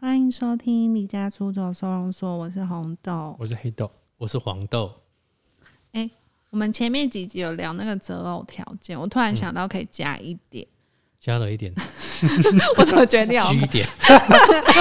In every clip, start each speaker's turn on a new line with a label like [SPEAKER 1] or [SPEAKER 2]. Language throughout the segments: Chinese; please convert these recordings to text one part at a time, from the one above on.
[SPEAKER 1] 欢迎收听《离家出走收容所》，我是红豆。
[SPEAKER 2] 我是黑豆，我是黄豆。
[SPEAKER 1] 我们前面几集有聊那个择偶条件，我突然想到可以加一 点，
[SPEAKER 2] 加了 一点
[SPEAKER 1] 我怎么决定？
[SPEAKER 2] G 点，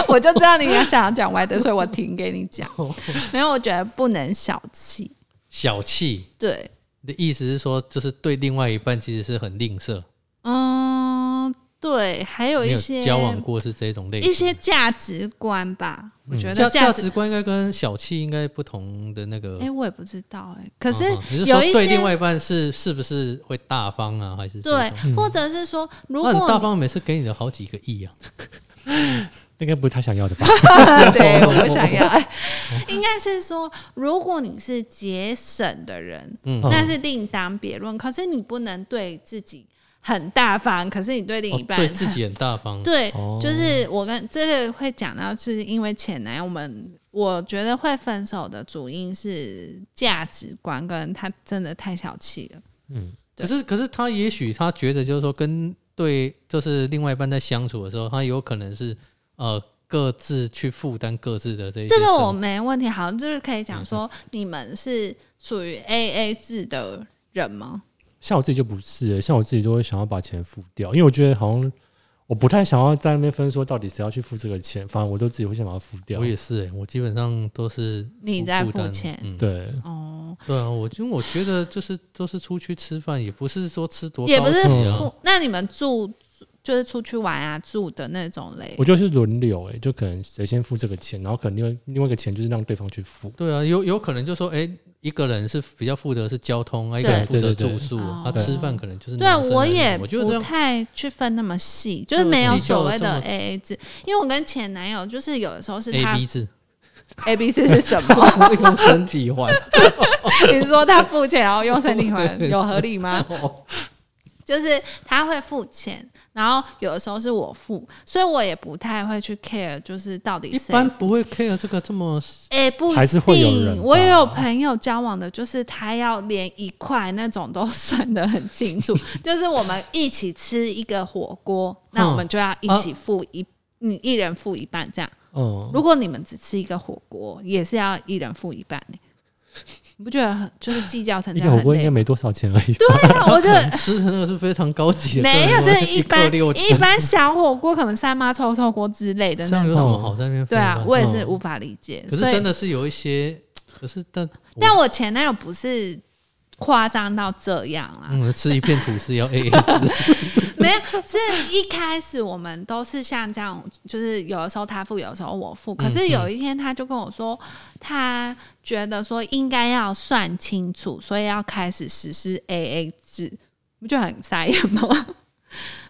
[SPEAKER 1] 我就知道你要想要讲歪的，所以我停给你 讲。
[SPEAKER 2] 哦
[SPEAKER 1] 没有，我觉得不能小气。
[SPEAKER 2] 小气
[SPEAKER 1] 对，
[SPEAKER 2] 你的意思是说，就是对另外一半其实是很吝啬，
[SPEAKER 1] 嗯，对，还有
[SPEAKER 2] 没
[SPEAKER 1] 一
[SPEAKER 2] 有
[SPEAKER 1] 些
[SPEAKER 2] 交往过是这种类型。
[SPEAKER 1] 一些价值观吧，我觉
[SPEAKER 2] 价
[SPEAKER 1] 得
[SPEAKER 2] 价
[SPEAKER 1] 值
[SPEAKER 2] 值观应该跟小气应该不同的那个
[SPEAKER 1] 哎、。我也不知道哎、可是
[SPEAKER 2] 嗯嗯你是
[SPEAKER 1] 有
[SPEAKER 2] 说
[SPEAKER 1] 一
[SPEAKER 2] 对
[SPEAKER 1] 些
[SPEAKER 2] 另外一半是是不是会大方啊，还是这
[SPEAKER 1] 对
[SPEAKER 2] 种？，
[SPEAKER 1] 或者是说，如
[SPEAKER 2] 那你大
[SPEAKER 1] 果
[SPEAKER 2] 方每次给你的好几个亿啊，
[SPEAKER 3] 那该不是他想要的吧？
[SPEAKER 1] 对我不想要，应该是说，如果你是节省的人，
[SPEAKER 2] 嗯，
[SPEAKER 1] 那是另当别论。可是你不能对自己很大方，可是你对另一
[SPEAKER 2] 哦
[SPEAKER 1] 半
[SPEAKER 2] 对
[SPEAKER 1] 很、
[SPEAKER 2] 自己很大方，啊
[SPEAKER 1] 对，
[SPEAKER 3] 哦
[SPEAKER 1] 就是我跟这个会讲到，是因为前男友们，我觉得会分手的主因是价值观跟他真的太小气了。对
[SPEAKER 2] 可是，可是他也许他觉得就是说，跟对就是另外一半在相处的时候，他有可能是呃各自去负担各自的这一些
[SPEAKER 1] 这个
[SPEAKER 2] 生
[SPEAKER 1] 我没问题，好像就是可以讲说，
[SPEAKER 2] 嗯
[SPEAKER 1] 你们是属于 A A 制的人吗？
[SPEAKER 3] 像我自己就不是、欸像我自己就会想要把钱付掉，因为我觉得好像我不太想要在那边分说到底谁要去付这个钱，反正我都自己会先把它付掉
[SPEAKER 2] 我。也是、欸，我基本上都是
[SPEAKER 1] 你在
[SPEAKER 2] 负
[SPEAKER 1] 付
[SPEAKER 2] 担
[SPEAKER 1] 钱
[SPEAKER 2] 嗯，
[SPEAKER 3] 对，
[SPEAKER 1] 哦，
[SPEAKER 2] 对啊，我因为我觉得就是都是出去吃饭，也不是说吃多
[SPEAKER 1] 也
[SPEAKER 2] 高
[SPEAKER 1] 不是
[SPEAKER 2] 级啊
[SPEAKER 1] 付。那你们住就是出去玩啊，住的那种嘞
[SPEAKER 3] 我。就是轮流、欸，就可能谁先付这个钱，然后可能另外另外一个钱就是让对方去付。
[SPEAKER 2] 对啊，有有可能就说，哎、一个人是比较负责是交通，啊，一个人负
[SPEAKER 3] 对
[SPEAKER 2] 责
[SPEAKER 3] 对
[SPEAKER 2] 住
[SPEAKER 3] 对
[SPEAKER 2] 宿，啊，
[SPEAKER 1] 哦
[SPEAKER 2] 吃饭可能就是
[SPEAKER 1] 对
[SPEAKER 2] 男生
[SPEAKER 1] 我
[SPEAKER 2] 来弄
[SPEAKER 1] 也
[SPEAKER 2] 我觉得这
[SPEAKER 1] 不
[SPEAKER 2] 样
[SPEAKER 1] 太去分那么细，就
[SPEAKER 2] 这
[SPEAKER 1] 是
[SPEAKER 2] 么
[SPEAKER 1] 没有
[SPEAKER 2] 计较
[SPEAKER 1] 所谓
[SPEAKER 2] 这
[SPEAKER 1] 的
[SPEAKER 2] 么
[SPEAKER 1] A A 制。因为我跟前男友就是有的时候是
[SPEAKER 2] A
[SPEAKER 1] 他
[SPEAKER 2] B 制，
[SPEAKER 1] A B 制是什 么？
[SPEAKER 2] 用身体换，
[SPEAKER 1] 你说他付钱然后用身体还，有合理 吗？
[SPEAKER 2] 哦
[SPEAKER 1] 就是他会付钱，然后有的时候是我付，所以我也不太会去 care，就是到底
[SPEAKER 2] 一
[SPEAKER 1] 谁
[SPEAKER 2] 般不会 care 这个这么
[SPEAKER 1] 哎、不一定
[SPEAKER 3] 还是会有人吧
[SPEAKER 1] 我也有朋友交往的，就是他要连一块那种都算得很清 楚，就是我们一起吃一个火锅，那
[SPEAKER 3] 嗯
[SPEAKER 1] 我们就要一起付一，你、一人付一半这样。
[SPEAKER 3] 嗯，
[SPEAKER 1] 如果你们只吃一个火锅，也是要一人付一半呢、你不觉得很就是计较成
[SPEAKER 3] 一
[SPEAKER 1] 这样
[SPEAKER 3] 个火
[SPEAKER 1] 很
[SPEAKER 3] 锅应
[SPEAKER 1] 累
[SPEAKER 3] 该
[SPEAKER 1] 吗？
[SPEAKER 3] 没多少钱而已吧。
[SPEAKER 1] 对啊，我觉得
[SPEAKER 2] 吃的那个是非常高级的，
[SPEAKER 1] 没有，
[SPEAKER 2] 个
[SPEAKER 1] 就
[SPEAKER 2] 人
[SPEAKER 1] 是
[SPEAKER 2] 一
[SPEAKER 1] 一般
[SPEAKER 2] 克六
[SPEAKER 1] 一
[SPEAKER 2] 千
[SPEAKER 1] 般小火锅，可能三妈臭臭锅之类的
[SPEAKER 2] 这
[SPEAKER 1] 那
[SPEAKER 2] 样有什
[SPEAKER 1] 种。
[SPEAKER 2] 么好在那边废
[SPEAKER 1] 对
[SPEAKER 2] 话？
[SPEAKER 1] 啊，我也是
[SPEAKER 3] 嗯
[SPEAKER 1] 无法理解。
[SPEAKER 2] 可是
[SPEAKER 1] 所以
[SPEAKER 2] 真的是有一些，可是但我
[SPEAKER 1] 但我前男友不是夸张到这样啦，
[SPEAKER 2] 嗯，吃一片吐司要 A A 制，
[SPEAKER 1] 没有，是一开始我们都是像这样，就是有的时候他付，有的时候我
[SPEAKER 2] 嗯
[SPEAKER 1] 付。可是有一天他就跟我说，他觉得说应该要算清楚，所以要开始实施 A A 制，不就很傻眼吗？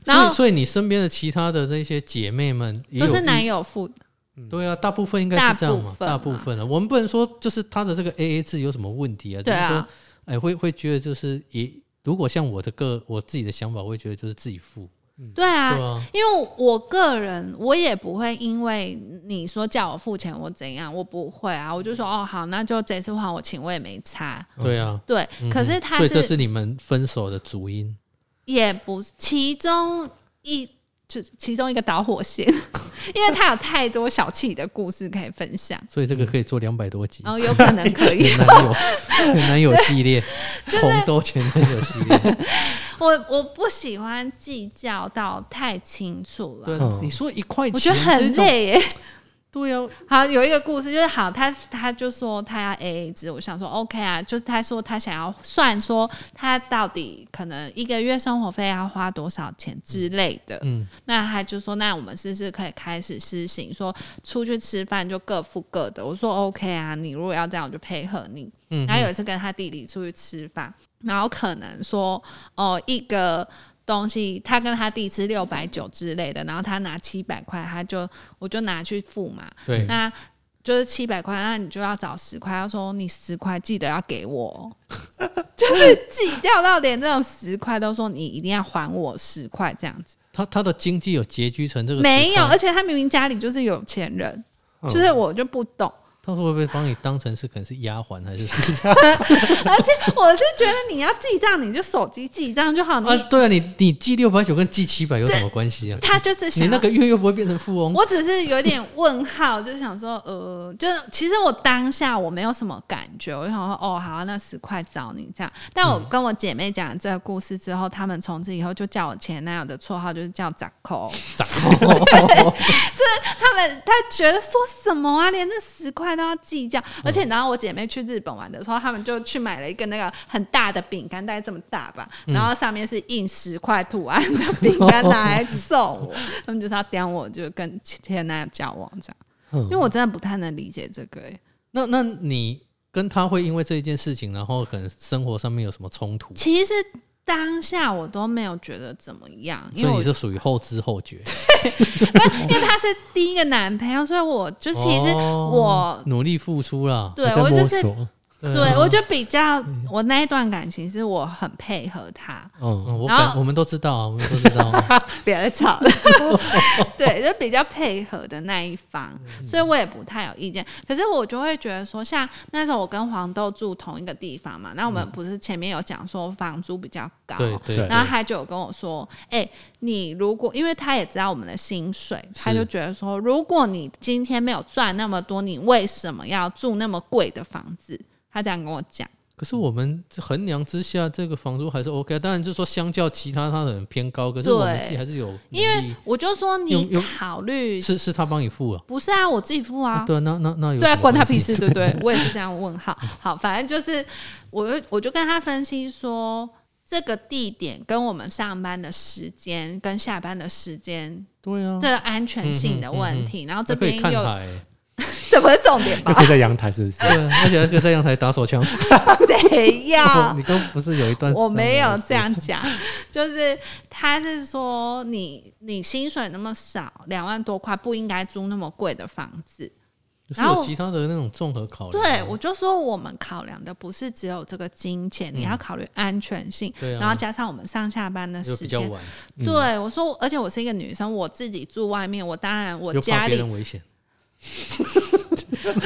[SPEAKER 1] 然
[SPEAKER 2] 所以
[SPEAKER 1] 后
[SPEAKER 2] 所以你身边的其他的那些姐妹们也
[SPEAKER 1] 都是
[SPEAKER 2] 有
[SPEAKER 1] 男
[SPEAKER 2] 意
[SPEAKER 1] 友付的，
[SPEAKER 2] 对啊，大部分应该
[SPEAKER 1] 大
[SPEAKER 2] 是这样嘛
[SPEAKER 1] 部，分啊
[SPEAKER 2] 大
[SPEAKER 1] 嘛
[SPEAKER 2] 部分的我们不能说就是他的这个 A A 制有什么问题啊，只
[SPEAKER 1] 对
[SPEAKER 2] 是
[SPEAKER 1] 啊
[SPEAKER 2] 说哎会会觉得就是也如果像我的个我自己的想法，我会觉得就是自己付，
[SPEAKER 1] 对啊，
[SPEAKER 2] 对啊，
[SPEAKER 1] 因为我个人，我也不会因为你说叫我付钱，我怎样，我不会啊，我就
[SPEAKER 2] 嗯
[SPEAKER 1] 说哦好，那就这次换我请，我也没差。
[SPEAKER 2] 对啊。
[SPEAKER 1] 对，
[SPEAKER 2] 嗯
[SPEAKER 1] 可是
[SPEAKER 2] 哼
[SPEAKER 1] 他
[SPEAKER 2] 所以这
[SPEAKER 1] 是
[SPEAKER 2] 是你们分手的主因，
[SPEAKER 1] 也不是其中一就其中一个导火线， 因为他有太多小气的故事可以分享，
[SPEAKER 2] 所以这个可以做两百多集。
[SPEAKER 1] 然后有可能可 以
[SPEAKER 2] 前男友前男友 系列，红豆前男友系列。
[SPEAKER 1] 我我不喜欢计较到太清楚了，
[SPEAKER 2] 对
[SPEAKER 3] 嗯，
[SPEAKER 2] 你说一块
[SPEAKER 1] 我觉
[SPEAKER 2] 钱
[SPEAKER 1] 得
[SPEAKER 2] 这
[SPEAKER 1] 很
[SPEAKER 2] 种，
[SPEAKER 1] 累耶。
[SPEAKER 2] 对啊，
[SPEAKER 1] 好，有一个故事就是好，他他就说他要 A A 制，我想说 OK 啊，就是他说他想要算说他到底可能一个月生活费要花多少钱之类的，
[SPEAKER 2] 嗯，
[SPEAKER 1] 那他就说那我们试试可以开始施行，说出去吃饭就各付各的，我说 OK 啊，你如果要这样我就配合你，
[SPEAKER 2] 嗯
[SPEAKER 1] 然后有一次跟他弟弟出去吃饭，然后可能说哦、一个。东西他跟他弟吃六百九之类的，然后他拿七百块，他就我就拿去付嘛，
[SPEAKER 2] 对，
[SPEAKER 1] 那就是七百块，那你就要找十块。他说你十块记得要给我哦， 就是计较到连这种十块都说你一定要还我十块这样子，
[SPEAKER 2] 他他的经济有拮据成这个嗯
[SPEAKER 1] 没有，
[SPEAKER 2] 时刻
[SPEAKER 1] 而且他明明家里就是有钱人，就是我就不懂。
[SPEAKER 2] 他会不会帮你当成是可能是丫鬟还是什么？
[SPEAKER 1] 而且我是觉得你要记账，你就手机记账就好。你、
[SPEAKER 2] 啊，对啊，你你记六百九跟记七百有什么关系 啊？
[SPEAKER 1] 他就是想
[SPEAKER 2] 你那个月又不会变成富翁，
[SPEAKER 1] 我只是有点问号，就想说，呃，就是其实我当下我没有什么感觉，我就想说，哦，好，那十块找你这样。但我跟我姐妹讲这个故事之后，她们从此以后就叫我前男友的绰号就是叫扎扣，
[SPEAKER 2] 咋？哦
[SPEAKER 1] 他们她觉得说什么啊，连这十块都要计较。
[SPEAKER 2] 嗯
[SPEAKER 1] 而且然后我姐妹去日本玩的时候，她们就去买了一个那个很大的饼干，大概这么大吧，
[SPEAKER 2] 嗯
[SPEAKER 1] 然后上面是印十块图案的饼干，拿来送 我。他们就是要刁我，就跟前男友交往这样。
[SPEAKER 2] 嗯
[SPEAKER 1] 因为我真的不太能理解这个、欸，
[SPEAKER 2] 那那你跟他会因为这一件事情，然后可能生活上面有什么冲突？
[SPEAKER 1] 其实当下我都没有觉得怎么样，因
[SPEAKER 2] 所
[SPEAKER 1] 为
[SPEAKER 2] 以
[SPEAKER 1] 我
[SPEAKER 2] 你是属于后知后觉，
[SPEAKER 1] 因为他是第一个男朋友，所以我就 其实
[SPEAKER 2] 哦
[SPEAKER 1] 我、
[SPEAKER 2] 努力付出啦。嗯
[SPEAKER 1] 对啊
[SPEAKER 3] 还 在
[SPEAKER 1] 我
[SPEAKER 3] 摸
[SPEAKER 1] 就是
[SPEAKER 3] 索，
[SPEAKER 2] 呃
[SPEAKER 1] 对我就比较我那一段感情是我很配合他，
[SPEAKER 3] 嗯，
[SPEAKER 2] 嗯，我
[SPEAKER 1] 然后
[SPEAKER 2] 感我们都知道啊，我们都知道啊。
[SPEAKER 1] 别再吵 了，对，就比较配合的那一方，
[SPEAKER 2] 嗯
[SPEAKER 1] 所以我也不太有意见。可是我就会觉得说，像那时候我跟黄豆住同一个地方嘛，那我们不是前面有讲说房租比较高，
[SPEAKER 2] 对对
[SPEAKER 3] 对
[SPEAKER 2] 对，
[SPEAKER 1] 然后他就有跟我说：“哎、你如果因为他也知道我们的薪水，他就觉得说，如果你今天没有赚那么多，你为什么要住那么贵的房子？”他这样跟我讲。
[SPEAKER 2] 可是我们衡量之下，这个房租还是 OK 啊。当然，就说相较其他，它可能偏高，可是我们
[SPEAKER 1] 对
[SPEAKER 2] 自己还是有能力。
[SPEAKER 1] 因为我就说
[SPEAKER 2] 用
[SPEAKER 1] 你
[SPEAKER 2] 用
[SPEAKER 1] 考虑
[SPEAKER 2] 是是他帮你付啊，
[SPEAKER 1] 不是啊，我自己付啊，
[SPEAKER 2] 对啊，那那那有
[SPEAKER 1] 对
[SPEAKER 2] 什
[SPEAKER 1] 啊，
[SPEAKER 2] 么
[SPEAKER 1] 关他
[SPEAKER 2] 问题
[SPEAKER 1] 屁事，对不 对？我也是这样问号。好，反正就是我就我就跟他分析说，这个地点跟我们上班的时间跟下班的时间
[SPEAKER 2] 对啊，
[SPEAKER 1] 这个安全性的问题，然后这
[SPEAKER 2] 嗯还可
[SPEAKER 1] 边
[SPEAKER 2] 以看
[SPEAKER 1] 又
[SPEAKER 2] 海，
[SPEAKER 1] 这不是重点
[SPEAKER 3] 那
[SPEAKER 1] 吧？
[SPEAKER 3] 可以在阳台是不是？
[SPEAKER 2] 对啊，而且还可以在阳台打 手枪。？
[SPEAKER 1] 谁要
[SPEAKER 2] 你刚不是有一段？
[SPEAKER 1] 我没有这。样讲，就是他是说你你薪水那么少，两万多块不应该租那么贵的房子。
[SPEAKER 2] 是
[SPEAKER 1] 然后
[SPEAKER 2] 有其他的那种综合考量。啊
[SPEAKER 1] 对，我就说我们考量的不是只有这个金钱，你要考虑安全性，
[SPEAKER 2] 嗯对啊
[SPEAKER 1] 然后加上我们上下班的
[SPEAKER 2] 就
[SPEAKER 1] 时
[SPEAKER 2] 比较嗯
[SPEAKER 1] 间。
[SPEAKER 2] 晚，
[SPEAKER 1] 对，我说，而且我是一个女生，我自己住外面，我当然我
[SPEAKER 2] 又怕
[SPEAKER 1] 家里
[SPEAKER 2] 别 人危险。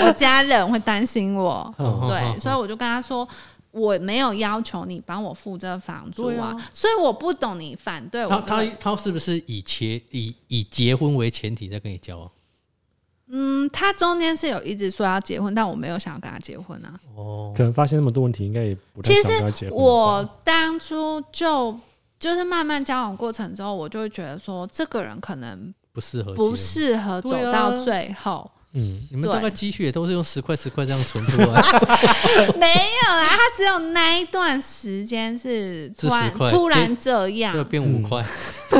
[SPEAKER 1] 我家人会担心我，
[SPEAKER 2] 嗯
[SPEAKER 1] 对，所以
[SPEAKER 2] 以
[SPEAKER 1] 我就跟他说，我没有要求你帮我付这个房租
[SPEAKER 2] 对
[SPEAKER 1] 啊
[SPEAKER 2] 啊，
[SPEAKER 1] 所以我不懂你反对我
[SPEAKER 2] 他
[SPEAKER 1] 这个。
[SPEAKER 2] 他他是不是以结以以结婚为前提在跟你交往？
[SPEAKER 1] 嗯，他中间是有一直说要结婚，但我没有想要跟他结婚啊。
[SPEAKER 2] 哦，
[SPEAKER 3] 可能发现那么多问题，应该也不太
[SPEAKER 1] 其实
[SPEAKER 3] 想跟他结婚吧。
[SPEAKER 1] 我当初就就是慢慢交往过程之后，我就会觉得说，这个人可能
[SPEAKER 2] 不适合。
[SPEAKER 1] 不，适合走
[SPEAKER 2] 对啊
[SPEAKER 1] 到最后。
[SPEAKER 3] 嗯，
[SPEAKER 2] 你们
[SPEAKER 1] 对
[SPEAKER 2] 大概积蓄也都是用十块十块这样存出来，
[SPEAKER 1] 没有啦，他只有那一段时间是突
[SPEAKER 2] 是
[SPEAKER 1] 然
[SPEAKER 2] 10块
[SPEAKER 1] 突然这样，
[SPEAKER 2] 就变五块。
[SPEAKER 1] 我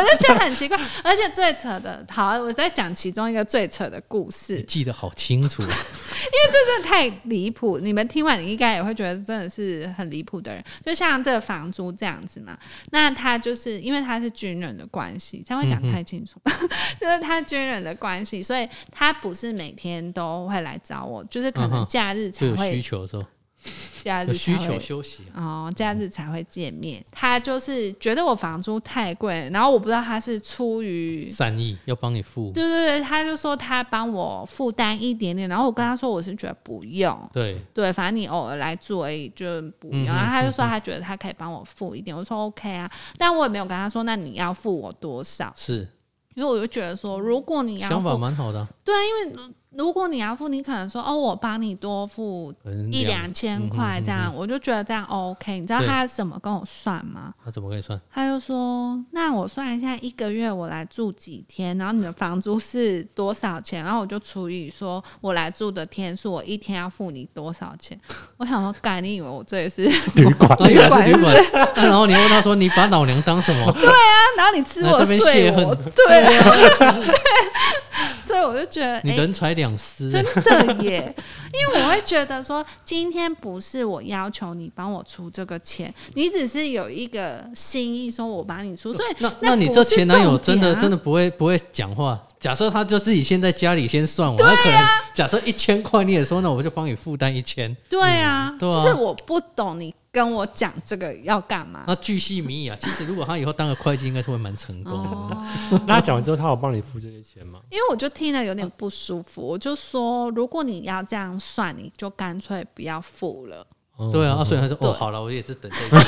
[SPEAKER 1] 就觉得很奇怪，而且最扯的，好，我再讲其中一个最扯的故
[SPEAKER 2] 你
[SPEAKER 1] 事，
[SPEAKER 2] 记得好清 楚，
[SPEAKER 1] 真的太离谱。你们听完，你应该也会觉得真的是很离谱的人。就像这个房租这样子嘛，那他就是因为他是军人的关系，这样会讲太清楚， 就是他军人的关系，所以他不是每天都会来找我，就是可能
[SPEAKER 2] 嗯哼
[SPEAKER 1] 假日才
[SPEAKER 2] 就有需
[SPEAKER 1] 会，
[SPEAKER 2] 求的时候，
[SPEAKER 1] 假日
[SPEAKER 2] 有需
[SPEAKER 1] 才会
[SPEAKER 2] 求休息啊。
[SPEAKER 1] 哦，假日才会见面。他就是觉得我房租太贵，然后我不知道他是出于
[SPEAKER 2] 善意要帮你付，
[SPEAKER 1] 对对对，他就说他帮我负担一点点，然后我跟他说我是觉得不用，
[SPEAKER 2] 对，
[SPEAKER 1] 对，反正你偶尔来做而已，就不用。
[SPEAKER 2] 嗯嗯
[SPEAKER 1] 然后他就说他觉得他可以帮我付一点，我说 OK 啊，但我也没有跟他说那你要付我多少，
[SPEAKER 2] 是
[SPEAKER 1] 因为我就觉得
[SPEAKER 2] 嗯
[SPEAKER 1] 说如果你要
[SPEAKER 2] 想法
[SPEAKER 1] 付，
[SPEAKER 2] 蛮好的啊，
[SPEAKER 1] 对，因为如果你要付，你可能说哦，我帮你多付
[SPEAKER 2] 可能
[SPEAKER 1] 一
[SPEAKER 2] 两嗯
[SPEAKER 1] 两千块这样，我就觉得这样 OK。你知道
[SPEAKER 2] 对
[SPEAKER 1] 他怎么跟我算吗？
[SPEAKER 2] 他怎么跟 你算？
[SPEAKER 1] 他就说：“那我算一下，一个月我来住几天，然后你的房租是多少钱？然后我就除以说我来住的天数，我一天要付你多少钱？” 我想说，干，你以为我这里是？
[SPEAKER 3] 旅馆
[SPEAKER 2] 那原来是旅馆， 那然后你问他说：“你把老娘当 什么
[SPEAKER 1] 然后你吃
[SPEAKER 2] 来
[SPEAKER 1] 我
[SPEAKER 2] 这边
[SPEAKER 1] 睡
[SPEAKER 2] 泄
[SPEAKER 1] 我，
[SPEAKER 2] 恨
[SPEAKER 1] 对啊， 所以我就觉得，？”
[SPEAKER 2] 你
[SPEAKER 1] 哎、
[SPEAKER 2] 人财两失，
[SPEAKER 1] 真的耶，因为我会觉得说，今天不是我要求你帮我出这个钱，你只是有一个心意，说我帮你出，所以
[SPEAKER 2] 啊那
[SPEAKER 1] 那
[SPEAKER 2] 那你
[SPEAKER 1] 不
[SPEAKER 2] 这
[SPEAKER 1] 是
[SPEAKER 2] 前男友
[SPEAKER 1] 重
[SPEAKER 2] 真
[SPEAKER 1] 点
[SPEAKER 2] 的
[SPEAKER 1] 啊
[SPEAKER 2] 真的不会不会讲话，假设他就自己先在家里先算
[SPEAKER 1] 啊
[SPEAKER 2] 完，他可能假设一千块，你也说那我就帮你负担一千，
[SPEAKER 1] 对啊，
[SPEAKER 2] 对啊
[SPEAKER 1] 就是我不懂你跟我讲这个要干嘛。
[SPEAKER 2] 那巨细靡遗啊。其实如果他以后当个会计，应该是会蛮成功的。
[SPEAKER 1] 哦，
[SPEAKER 3] 那他讲完之后，他有帮你付这些钱吗？
[SPEAKER 1] 因为我就听了有点不舒服，我就说，如果你要这样算，你就干脆不要付 了。
[SPEAKER 3] 哦
[SPEAKER 2] 对啊，啊所以他说
[SPEAKER 1] 对
[SPEAKER 2] 哦，好了，我也是等这一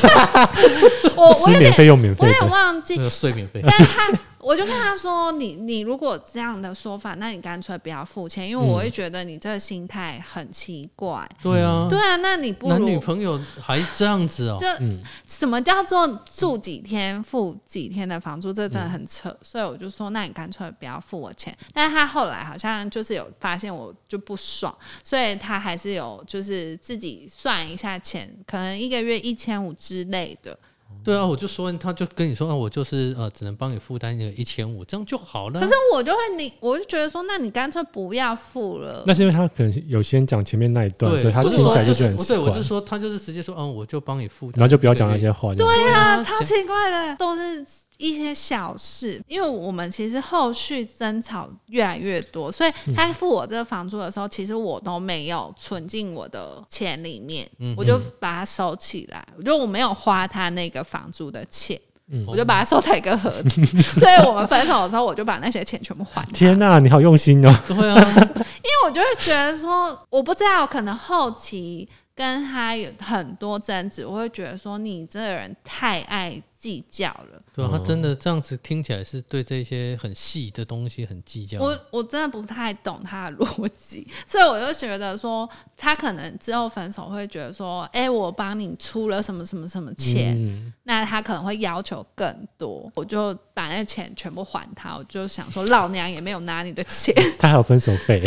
[SPEAKER 1] 我哦我
[SPEAKER 3] 吃
[SPEAKER 1] 有
[SPEAKER 3] 免
[SPEAKER 1] 点，
[SPEAKER 3] 费用免费
[SPEAKER 1] 我有点
[SPEAKER 3] 的，
[SPEAKER 1] 忘记
[SPEAKER 2] 个，那个睡免费。
[SPEAKER 1] 但他，我就跟他说：“你你如果这样的说法，那你干脆不要付钱，因为
[SPEAKER 2] 嗯
[SPEAKER 1] 我会觉得你这个心态很奇怪。
[SPEAKER 2] 对啊，
[SPEAKER 1] 对啊，那你不
[SPEAKER 2] 男女
[SPEAKER 1] 如
[SPEAKER 2] 朋友还这样子哦
[SPEAKER 1] 就。
[SPEAKER 3] 嗯，
[SPEAKER 1] 什么叫做住几天付几天的房租，这真的很扯。
[SPEAKER 2] 嗯
[SPEAKER 1] 所以我就说，那你干脆不要付我钱。但是他后来好像就是有发现我就不爽，所以他还是有就是自己算一下钱，可能一个月一千五之类的。
[SPEAKER 2] 对啊，我就说他就跟你说，啊，我就是呃，只能帮你负担一个一千五，这样就好了啊。
[SPEAKER 1] 可是我就会你，我就觉得说，那你干脆不要付了。
[SPEAKER 3] 那是因为他可能有先讲前面那一段，啊所以他
[SPEAKER 2] 不
[SPEAKER 3] 听
[SPEAKER 2] 是
[SPEAKER 3] 起来
[SPEAKER 2] 说
[SPEAKER 3] 觉得很
[SPEAKER 2] 是
[SPEAKER 3] 奇
[SPEAKER 2] 对，我
[SPEAKER 3] 怪
[SPEAKER 2] 就，说他就是直接说，嗯，我就帮你负担，
[SPEAKER 3] 然后就不要讲那些话，对
[SPEAKER 1] 对啊，
[SPEAKER 2] 对
[SPEAKER 1] 超奇怪的，都是一些小事。因为我们其实后续争吵越来越多，所以他付我这个房租的时候，其实我都没有存进我的钱里面，
[SPEAKER 2] 嗯
[SPEAKER 1] 我就把它收起来。我就我没有花他那个房租的钱，
[SPEAKER 3] 嗯
[SPEAKER 1] 我就把它收在一个盒子。所以我们分手的时候，我就把那些钱全部还他。
[SPEAKER 3] 天呐、你好用心哦！
[SPEAKER 2] 对。对啊，
[SPEAKER 1] 因为我就会觉得说，我不知道，可能后期跟他有很多争执，我会觉得说你这个人太爱计较了。
[SPEAKER 2] 对啊，
[SPEAKER 3] 哦
[SPEAKER 2] 他真的这样子听起来是对这些很细的东西很计较。
[SPEAKER 1] 我我真的不太懂他的逻辑，所以我就觉得说，他可能之后分手会觉得说，哎、我帮你出了什么什么什么钱，
[SPEAKER 3] 嗯，
[SPEAKER 1] 那他可能会要求更多。我就把那钱全部还他，我就想说，老娘也没有拿你的钱，
[SPEAKER 3] 他还有分手 费，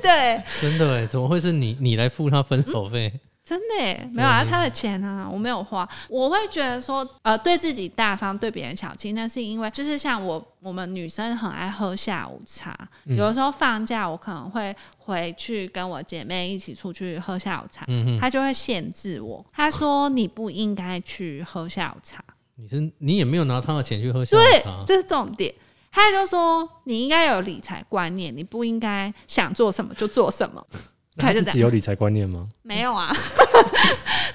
[SPEAKER 1] 对，
[SPEAKER 2] 真的哎，怎么会是你你来付他分手费？
[SPEAKER 1] 真的耶没有啊，他的钱啊，我没有花。我会觉得说，呃，对自己大方，对别人小气，那是因为就是像我我们女生很爱喝下午茶，有
[SPEAKER 2] 嗯
[SPEAKER 1] 的时候放假我可能会回去跟我姐妹一起出去喝下午茶，
[SPEAKER 2] 嗯哼，
[SPEAKER 1] 她就会限制我，她说你不应该去喝下午茶，
[SPEAKER 2] 你是你也没有拿他的钱去喝下午
[SPEAKER 1] 对
[SPEAKER 2] 茶，，
[SPEAKER 1] 这是重点。她就说你应该有理财观念，你不应该想做什么就做什 么。
[SPEAKER 3] 那他
[SPEAKER 1] 就
[SPEAKER 3] 自
[SPEAKER 1] 这样
[SPEAKER 3] 己有理财观念吗？
[SPEAKER 1] 没有啊，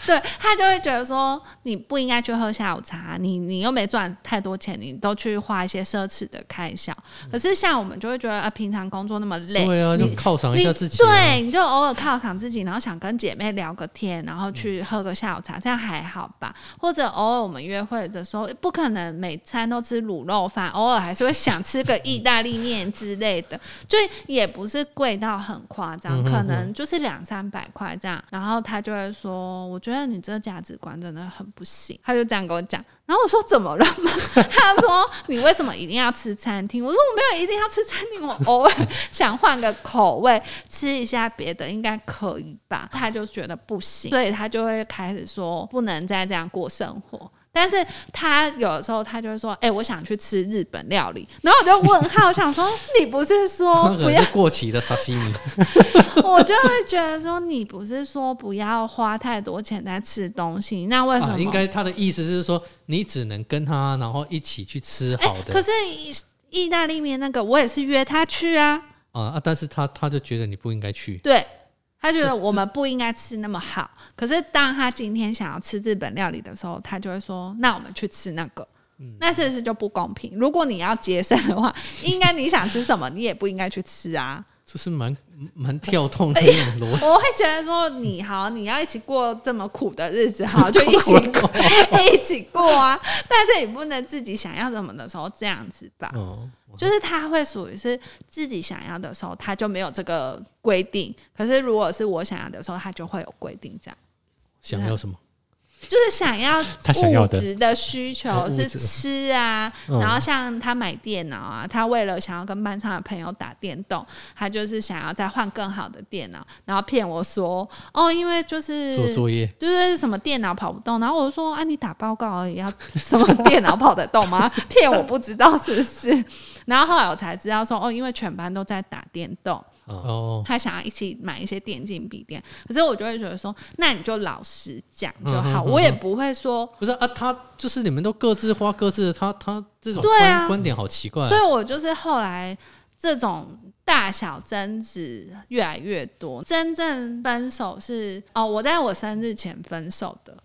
[SPEAKER 1] 对他就会觉得说你不应该去喝下午茶，啊你你又没赚太多钱，你都去花一些奢侈的开销。可是像我们就会觉得啊，平常工作那么累，
[SPEAKER 2] 对啊，就
[SPEAKER 1] 你
[SPEAKER 2] 犒赏一
[SPEAKER 1] 你
[SPEAKER 2] 下自己啊。
[SPEAKER 1] 对，你就偶尔犒赏自己，然后想跟姐妹聊个天，然后去喝个下午茶，这样还好吧？或者偶尔我们约会的时候，不可能每餐都吃卤肉饭，偶尔还是会想吃个意大利面之类的，就也不是贵到很夸
[SPEAKER 2] 嗯
[SPEAKER 1] 张，可能就是两三百块这样。然后他就会说：“我觉得你这个价值观真的很不行。”他就这样跟我讲。然后我说怎么了吗？ 他说你为什么一定要吃餐厅？我说我没有一定要吃餐厅，我偶尔想换个口味，吃一下别的应该可以吧？他就觉得不行，所以他就会开始说不能再这样过生活。但是他有的时候他就会说：“哎、我想去吃日本料理。”然后我就问号，我想说：“你不是 说
[SPEAKER 2] 那
[SPEAKER 1] 哦不
[SPEAKER 2] 可
[SPEAKER 1] 要
[SPEAKER 2] 能是过期的沙西米，
[SPEAKER 1] 我就会觉得说，你不是说不要花太多钱在吃东西，那为什么？
[SPEAKER 2] 啊应该他的意思是说，你只能跟他，然后一起去吃
[SPEAKER 1] 哎、
[SPEAKER 2] 好的。
[SPEAKER 1] 可是意意大利面那个，我也是约他去啊，
[SPEAKER 2] 啊啊！但是他他就觉得你不应该去，
[SPEAKER 1] 对。他觉得我们不应该吃那么好，可是当他今天想要吃日本料理的时候，他就会说：“那我们去吃那个。”那是不是就不公平？如果你要节省的话，应该你想吃什么，你也不应该去吃啊。
[SPEAKER 2] 这是蛮蛮跳痛的一种 逻辑。
[SPEAKER 1] 我会觉得说，你好，你要一起过这么苦的日子，好，就一起过， 一起过啊。但是你不能自己想要什么的时候这样子吧？
[SPEAKER 3] 哦，
[SPEAKER 1] 就是他会属于是自己想要的时候，他就没有这个规定；可是如果是我想要的时候，他就会有规定。这样
[SPEAKER 2] 想要什么？
[SPEAKER 1] 就是想要
[SPEAKER 3] 他想要
[SPEAKER 1] 物
[SPEAKER 3] 的
[SPEAKER 1] 质的需求
[SPEAKER 3] 哦
[SPEAKER 1] 是
[SPEAKER 3] 物质
[SPEAKER 1] 吃啊，
[SPEAKER 3] 嗯
[SPEAKER 1] 然后像他买电脑啊，他为了想要跟班上的朋友打电动，他就是想要再换更好的电脑，然后骗我说哦，因为就是
[SPEAKER 2] 做作业。
[SPEAKER 1] 就是什么电脑跑不动，然后我就说啊，你打报告而已，要 什么电脑跑得动吗？ 骗我不知道是不是？然后后来我才知道说哦，因为全班都在打电动，
[SPEAKER 2] 哦，
[SPEAKER 1] 他想要一起买一些电竞笔电，可是我就会觉得说，那你就老实讲就好，
[SPEAKER 2] 嗯哼嗯哼
[SPEAKER 1] 我也不会说。
[SPEAKER 2] 不是啊，他就是你们都各自花各自的，他他这种
[SPEAKER 1] 对
[SPEAKER 2] 观、
[SPEAKER 1] 啊
[SPEAKER 2] 观点好奇怪、
[SPEAKER 1] 所以
[SPEAKER 2] 啊。
[SPEAKER 1] 我就是后来这种大小争执越来越多。真正分手是哦，我在我生日前分手的。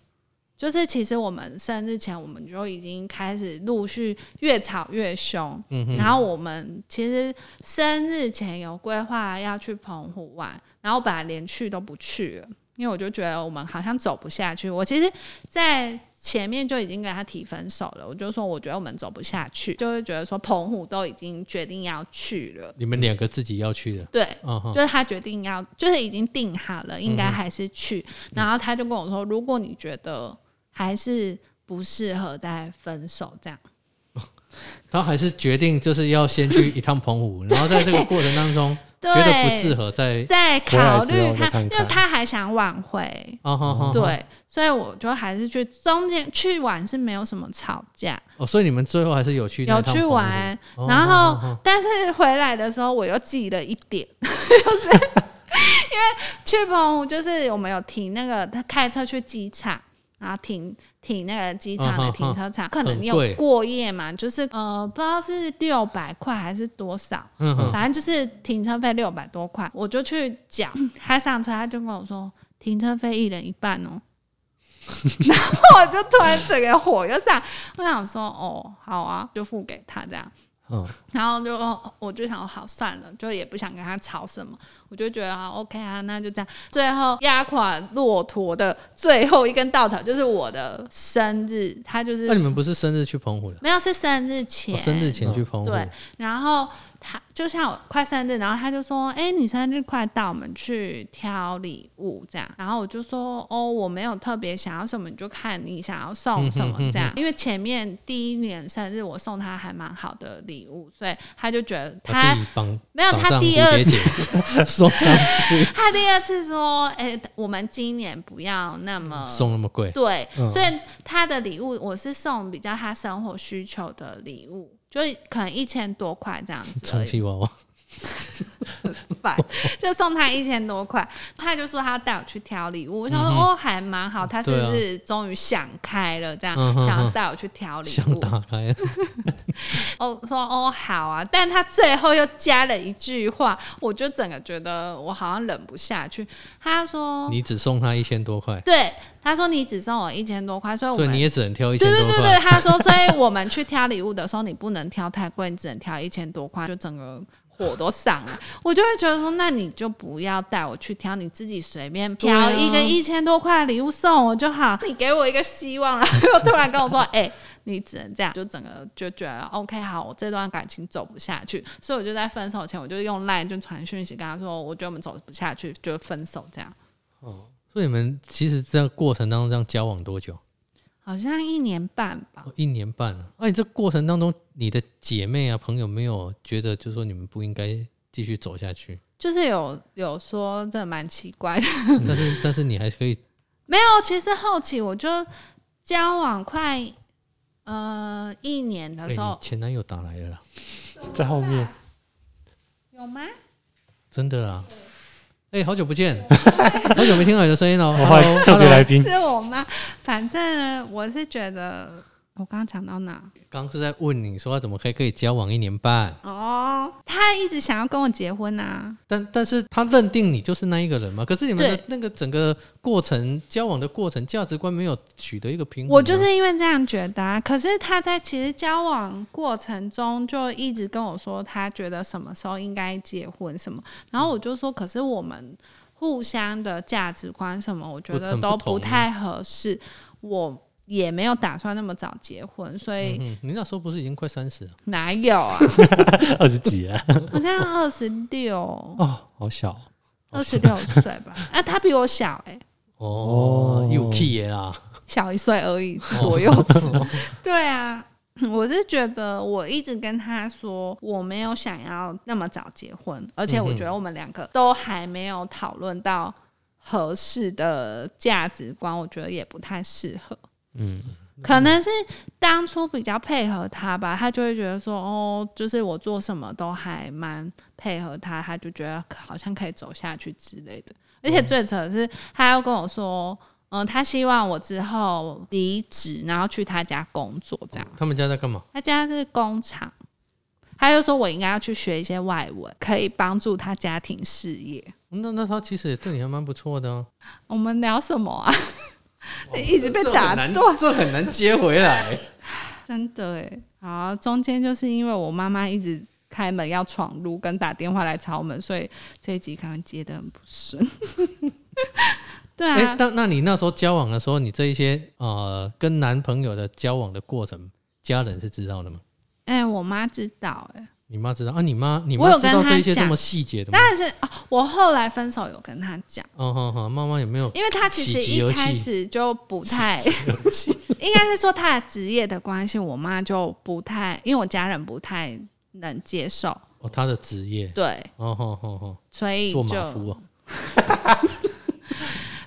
[SPEAKER 1] 就是其实我们生日前，我们就已经开始陆续越吵越凶，
[SPEAKER 2] 嗯哼，
[SPEAKER 1] 然后我们其实生日前有规划要去澎湖玩，然后本来连去都不去了，因为我就觉得我们好像走不下去。我其实，在前面就已经跟他提分手了，我就说我觉得我们走不下去，就会觉得说澎湖都已经决定要去了，
[SPEAKER 2] 你们两个自己要去的，
[SPEAKER 1] 对，
[SPEAKER 2] 嗯哼，
[SPEAKER 1] 就是他决定要，就是已经定好了，应该还是去。
[SPEAKER 2] 嗯
[SPEAKER 1] 然后他就跟我说，如果你觉得还是不适合，再分手这样。
[SPEAKER 2] 他还是决定就是要先去一趟 澎湖，然后在这个过程当中
[SPEAKER 1] 对，
[SPEAKER 2] 觉得不适合再，
[SPEAKER 1] 再考虑
[SPEAKER 3] 回来的时候再
[SPEAKER 1] 他，
[SPEAKER 3] 看
[SPEAKER 1] 因
[SPEAKER 3] 看
[SPEAKER 1] 为他还想挽回，
[SPEAKER 2] 啊哈哈，
[SPEAKER 1] 对，所以我就还是去中间去玩是没有什么吵架，
[SPEAKER 2] 哦，所以你们最后还是有去那
[SPEAKER 1] 有
[SPEAKER 2] 趟
[SPEAKER 1] 去
[SPEAKER 2] 澎湖，
[SPEAKER 1] 玩，
[SPEAKER 2] 哦
[SPEAKER 1] 然后、
[SPEAKER 2] 哦哦
[SPEAKER 1] 但是回来的时候我又记了一点，就是 因为去澎湖就是我们有停那个他开车去机场。然后停停那个机场
[SPEAKER 2] 嗯
[SPEAKER 1] 的
[SPEAKER 2] 哼
[SPEAKER 1] 停车场，可能
[SPEAKER 2] 很
[SPEAKER 1] 你有
[SPEAKER 2] 贵
[SPEAKER 1] 过夜嘛，就是呃不知道是六百块还是多少，
[SPEAKER 2] 嗯哼，
[SPEAKER 1] 反正就是停车费六百多块，我就去 讲，他上车他就跟我说停车费一人一半哦， 然后我就突然整个火就上，我想说哦好啊，就付给他这样，
[SPEAKER 3] 嗯，
[SPEAKER 1] 然后就哦我就想说好算了，就也不想跟他吵什么，我就觉得啊 OK 啊，那就这样。最后压垮骆驼的最后一根稻草就是我的生日，他就是、
[SPEAKER 2] 那你们不是生日去澎湖的，
[SPEAKER 1] 没有是生日前，
[SPEAKER 2] 哦生日前去澎湖，
[SPEAKER 1] 嗯对，然后他就像我快生日，然后他就说：“哎、你生日快到，我们去挑礼物这样。”然后我就说：“哦，我没有特别想要什么，你就看你想要送什么
[SPEAKER 2] 嗯
[SPEAKER 1] 这样。因为前面第一年生日我送他还蛮好的礼物，所以他就觉得
[SPEAKER 2] 他
[SPEAKER 1] 他
[SPEAKER 2] 自己帮
[SPEAKER 1] 没有
[SPEAKER 2] 绑
[SPEAKER 1] 他
[SPEAKER 2] 上
[SPEAKER 1] 第
[SPEAKER 2] 蝴
[SPEAKER 1] 二
[SPEAKER 2] 蝶
[SPEAKER 1] 次
[SPEAKER 2] 结送上去，
[SPEAKER 1] 他第二次说：“哎、我们今年不要那么
[SPEAKER 2] 送那么贵，
[SPEAKER 1] 对，
[SPEAKER 3] 嗯
[SPEAKER 1] 所以他的礼物我是送比较他生活需求的礼物。”就是可能一千多块这样子而
[SPEAKER 2] 充
[SPEAKER 1] 已，
[SPEAKER 2] 气娃娃，
[SPEAKER 1] 烦， 就送他一千多块。他就说他要带我去挑礼物，我想说、
[SPEAKER 2] 嗯哼啊
[SPEAKER 1] 哦还蛮好，他是不是终于想开了，这样、
[SPEAKER 2] 嗯哼
[SPEAKER 1] 想要带我去挑礼
[SPEAKER 2] 想
[SPEAKER 1] 物？
[SPEAKER 2] 打开，
[SPEAKER 1] 哦说哦好啊，但他最后又加了一句话，我就整个觉得我好像忍不下去。他说
[SPEAKER 2] 你只送他一千多块，
[SPEAKER 1] 对，他说你只送我一千多块，所以我
[SPEAKER 2] 所以
[SPEAKER 1] 们
[SPEAKER 2] 你也只能挑一千
[SPEAKER 1] 对对
[SPEAKER 2] 多
[SPEAKER 1] 对对，
[SPEAKER 2] 块，
[SPEAKER 1] 他说，所以我们去挑礼物的时候，你不能挑太贵，你只能挑一千多块，就整个火都上 了。我就会觉得说，那你就不要带我去挑，你自己随便挑一个
[SPEAKER 2] 对啊
[SPEAKER 1] 一千多块的礼物送我就 好。你给我一个希望，然后又突然跟我说， 哎、你只能这样，就整个就觉得 OK，好，我这段感情走不下去，所以我就在分手前，我就用 LINE 就传讯息跟他说，我觉得我们走不下去，就分手这样。
[SPEAKER 2] 所以你们其实这样过程当中这样交往多久？
[SPEAKER 1] 好像一年半吧，
[SPEAKER 2] 哦一年半了、那、你这过程当中，你的姐妹啊、朋友没有觉得，就是说你们不应该继续走下 去，
[SPEAKER 1] 就是有有说这蛮奇怪的
[SPEAKER 2] 但是但是你还可以，
[SPEAKER 1] 没有，其实后期我就交往快呃一年
[SPEAKER 2] 哎、
[SPEAKER 1] 的
[SPEAKER 2] 你
[SPEAKER 1] 时候，
[SPEAKER 2] 前男友打来了啦，
[SPEAKER 3] 在后面
[SPEAKER 1] 有吗？
[SPEAKER 2] 真的啦！哎、好久不见，好久没听到你的声音了。
[SPEAKER 3] 我还
[SPEAKER 2] Hello，
[SPEAKER 3] 特别
[SPEAKER 2] hello
[SPEAKER 3] 来宾
[SPEAKER 1] 是我吗？ 反正我是觉得，我刚刚讲到哪？
[SPEAKER 2] 刚是在问你说怎么还可以交往一年半，
[SPEAKER 1] 哦，他一直想要跟我结婚啊，
[SPEAKER 2] 但但是他认定你就是那一个人嘛？可是你们的
[SPEAKER 1] 对
[SPEAKER 2] 那个整个过程交往的过程，价值观没有取得一个平衡啊。
[SPEAKER 1] 我就是因为这样觉得啊。可是他在其实交往过程中就一直跟我说，他觉得什么时候应该结婚什么，然后我就说，可是我们互相的价值观什么，我觉
[SPEAKER 2] 不
[SPEAKER 1] 得
[SPEAKER 2] 很不
[SPEAKER 1] 都
[SPEAKER 2] 同
[SPEAKER 1] 不太合适，我也没有打算那么早结婚，所以
[SPEAKER 2] 嗯哼，你那时候不是已经快三十了？
[SPEAKER 1] 哪有 啊？
[SPEAKER 3] 二十几啊，
[SPEAKER 1] 我现在二十六，
[SPEAKER 3] 哦，好小，
[SPEAKER 1] 二十六岁吧，啊，他比我小哎、
[SPEAKER 2] 哦
[SPEAKER 3] 哦，
[SPEAKER 2] 有 key 耶啦。
[SPEAKER 1] 小一岁而已，
[SPEAKER 2] 哦
[SPEAKER 1] 多幼稚。对啊， 我是觉得我一直跟他说我没有想要那么早结婚，而且我觉得我们两个都还没有讨论到合适的价值观，我觉得也不太适合。
[SPEAKER 3] 嗯，
[SPEAKER 1] 可能是当初比较配合他吧，他就会觉得说，哦，就是我做什么都还蛮配合他，他就觉得好像可以走下去之类的。而且最扯的是，他又跟我说，嗯，他希望我之后离职，然后去他家工作，这样。
[SPEAKER 2] 他们家在干嘛？
[SPEAKER 1] 他家是工厂，他就说我应该要去学一些外文，可以帮助他家庭事业。
[SPEAKER 2] 那那他其实也对你还蛮不错的啊，
[SPEAKER 1] 我们聊什么啊？一直被
[SPEAKER 2] 这
[SPEAKER 1] 打
[SPEAKER 2] 很难
[SPEAKER 1] 断，
[SPEAKER 2] 这很难接回来。
[SPEAKER 1] 真的哎。好，中间就是因为我妈妈一直开门要闯入，跟打电话来吵我们，所以这一集可能接的很不 顺。对
[SPEAKER 2] 哎、
[SPEAKER 1] 啊，
[SPEAKER 2] 那那你那时候交往的时候，你这一些呃跟男朋友的交往的过程，家人是知道的吗？
[SPEAKER 1] 哎、我妈知道哎、
[SPEAKER 2] 你妈知道啊？你妈你
[SPEAKER 1] 我
[SPEAKER 2] 妈
[SPEAKER 1] 有
[SPEAKER 2] 知
[SPEAKER 1] 跟
[SPEAKER 2] 道
[SPEAKER 1] 她
[SPEAKER 2] 这一些这
[SPEAKER 1] 讲
[SPEAKER 2] 么细节的吗？
[SPEAKER 1] 但是哦，我后来分手有跟她讲。
[SPEAKER 2] 嗯哼哼，妈妈有没有？
[SPEAKER 1] 因为她其实
[SPEAKER 2] 喜极而
[SPEAKER 1] 一
[SPEAKER 2] 泣
[SPEAKER 1] 开始就不太， 应该是说她的职业的关系，我妈就不太，因为我家人不太能接受，
[SPEAKER 2] 哦，她的职业，
[SPEAKER 1] 对，
[SPEAKER 2] 哦吼吼吼，
[SPEAKER 1] 所以
[SPEAKER 2] 做
[SPEAKER 1] 就
[SPEAKER 2] 马夫哦。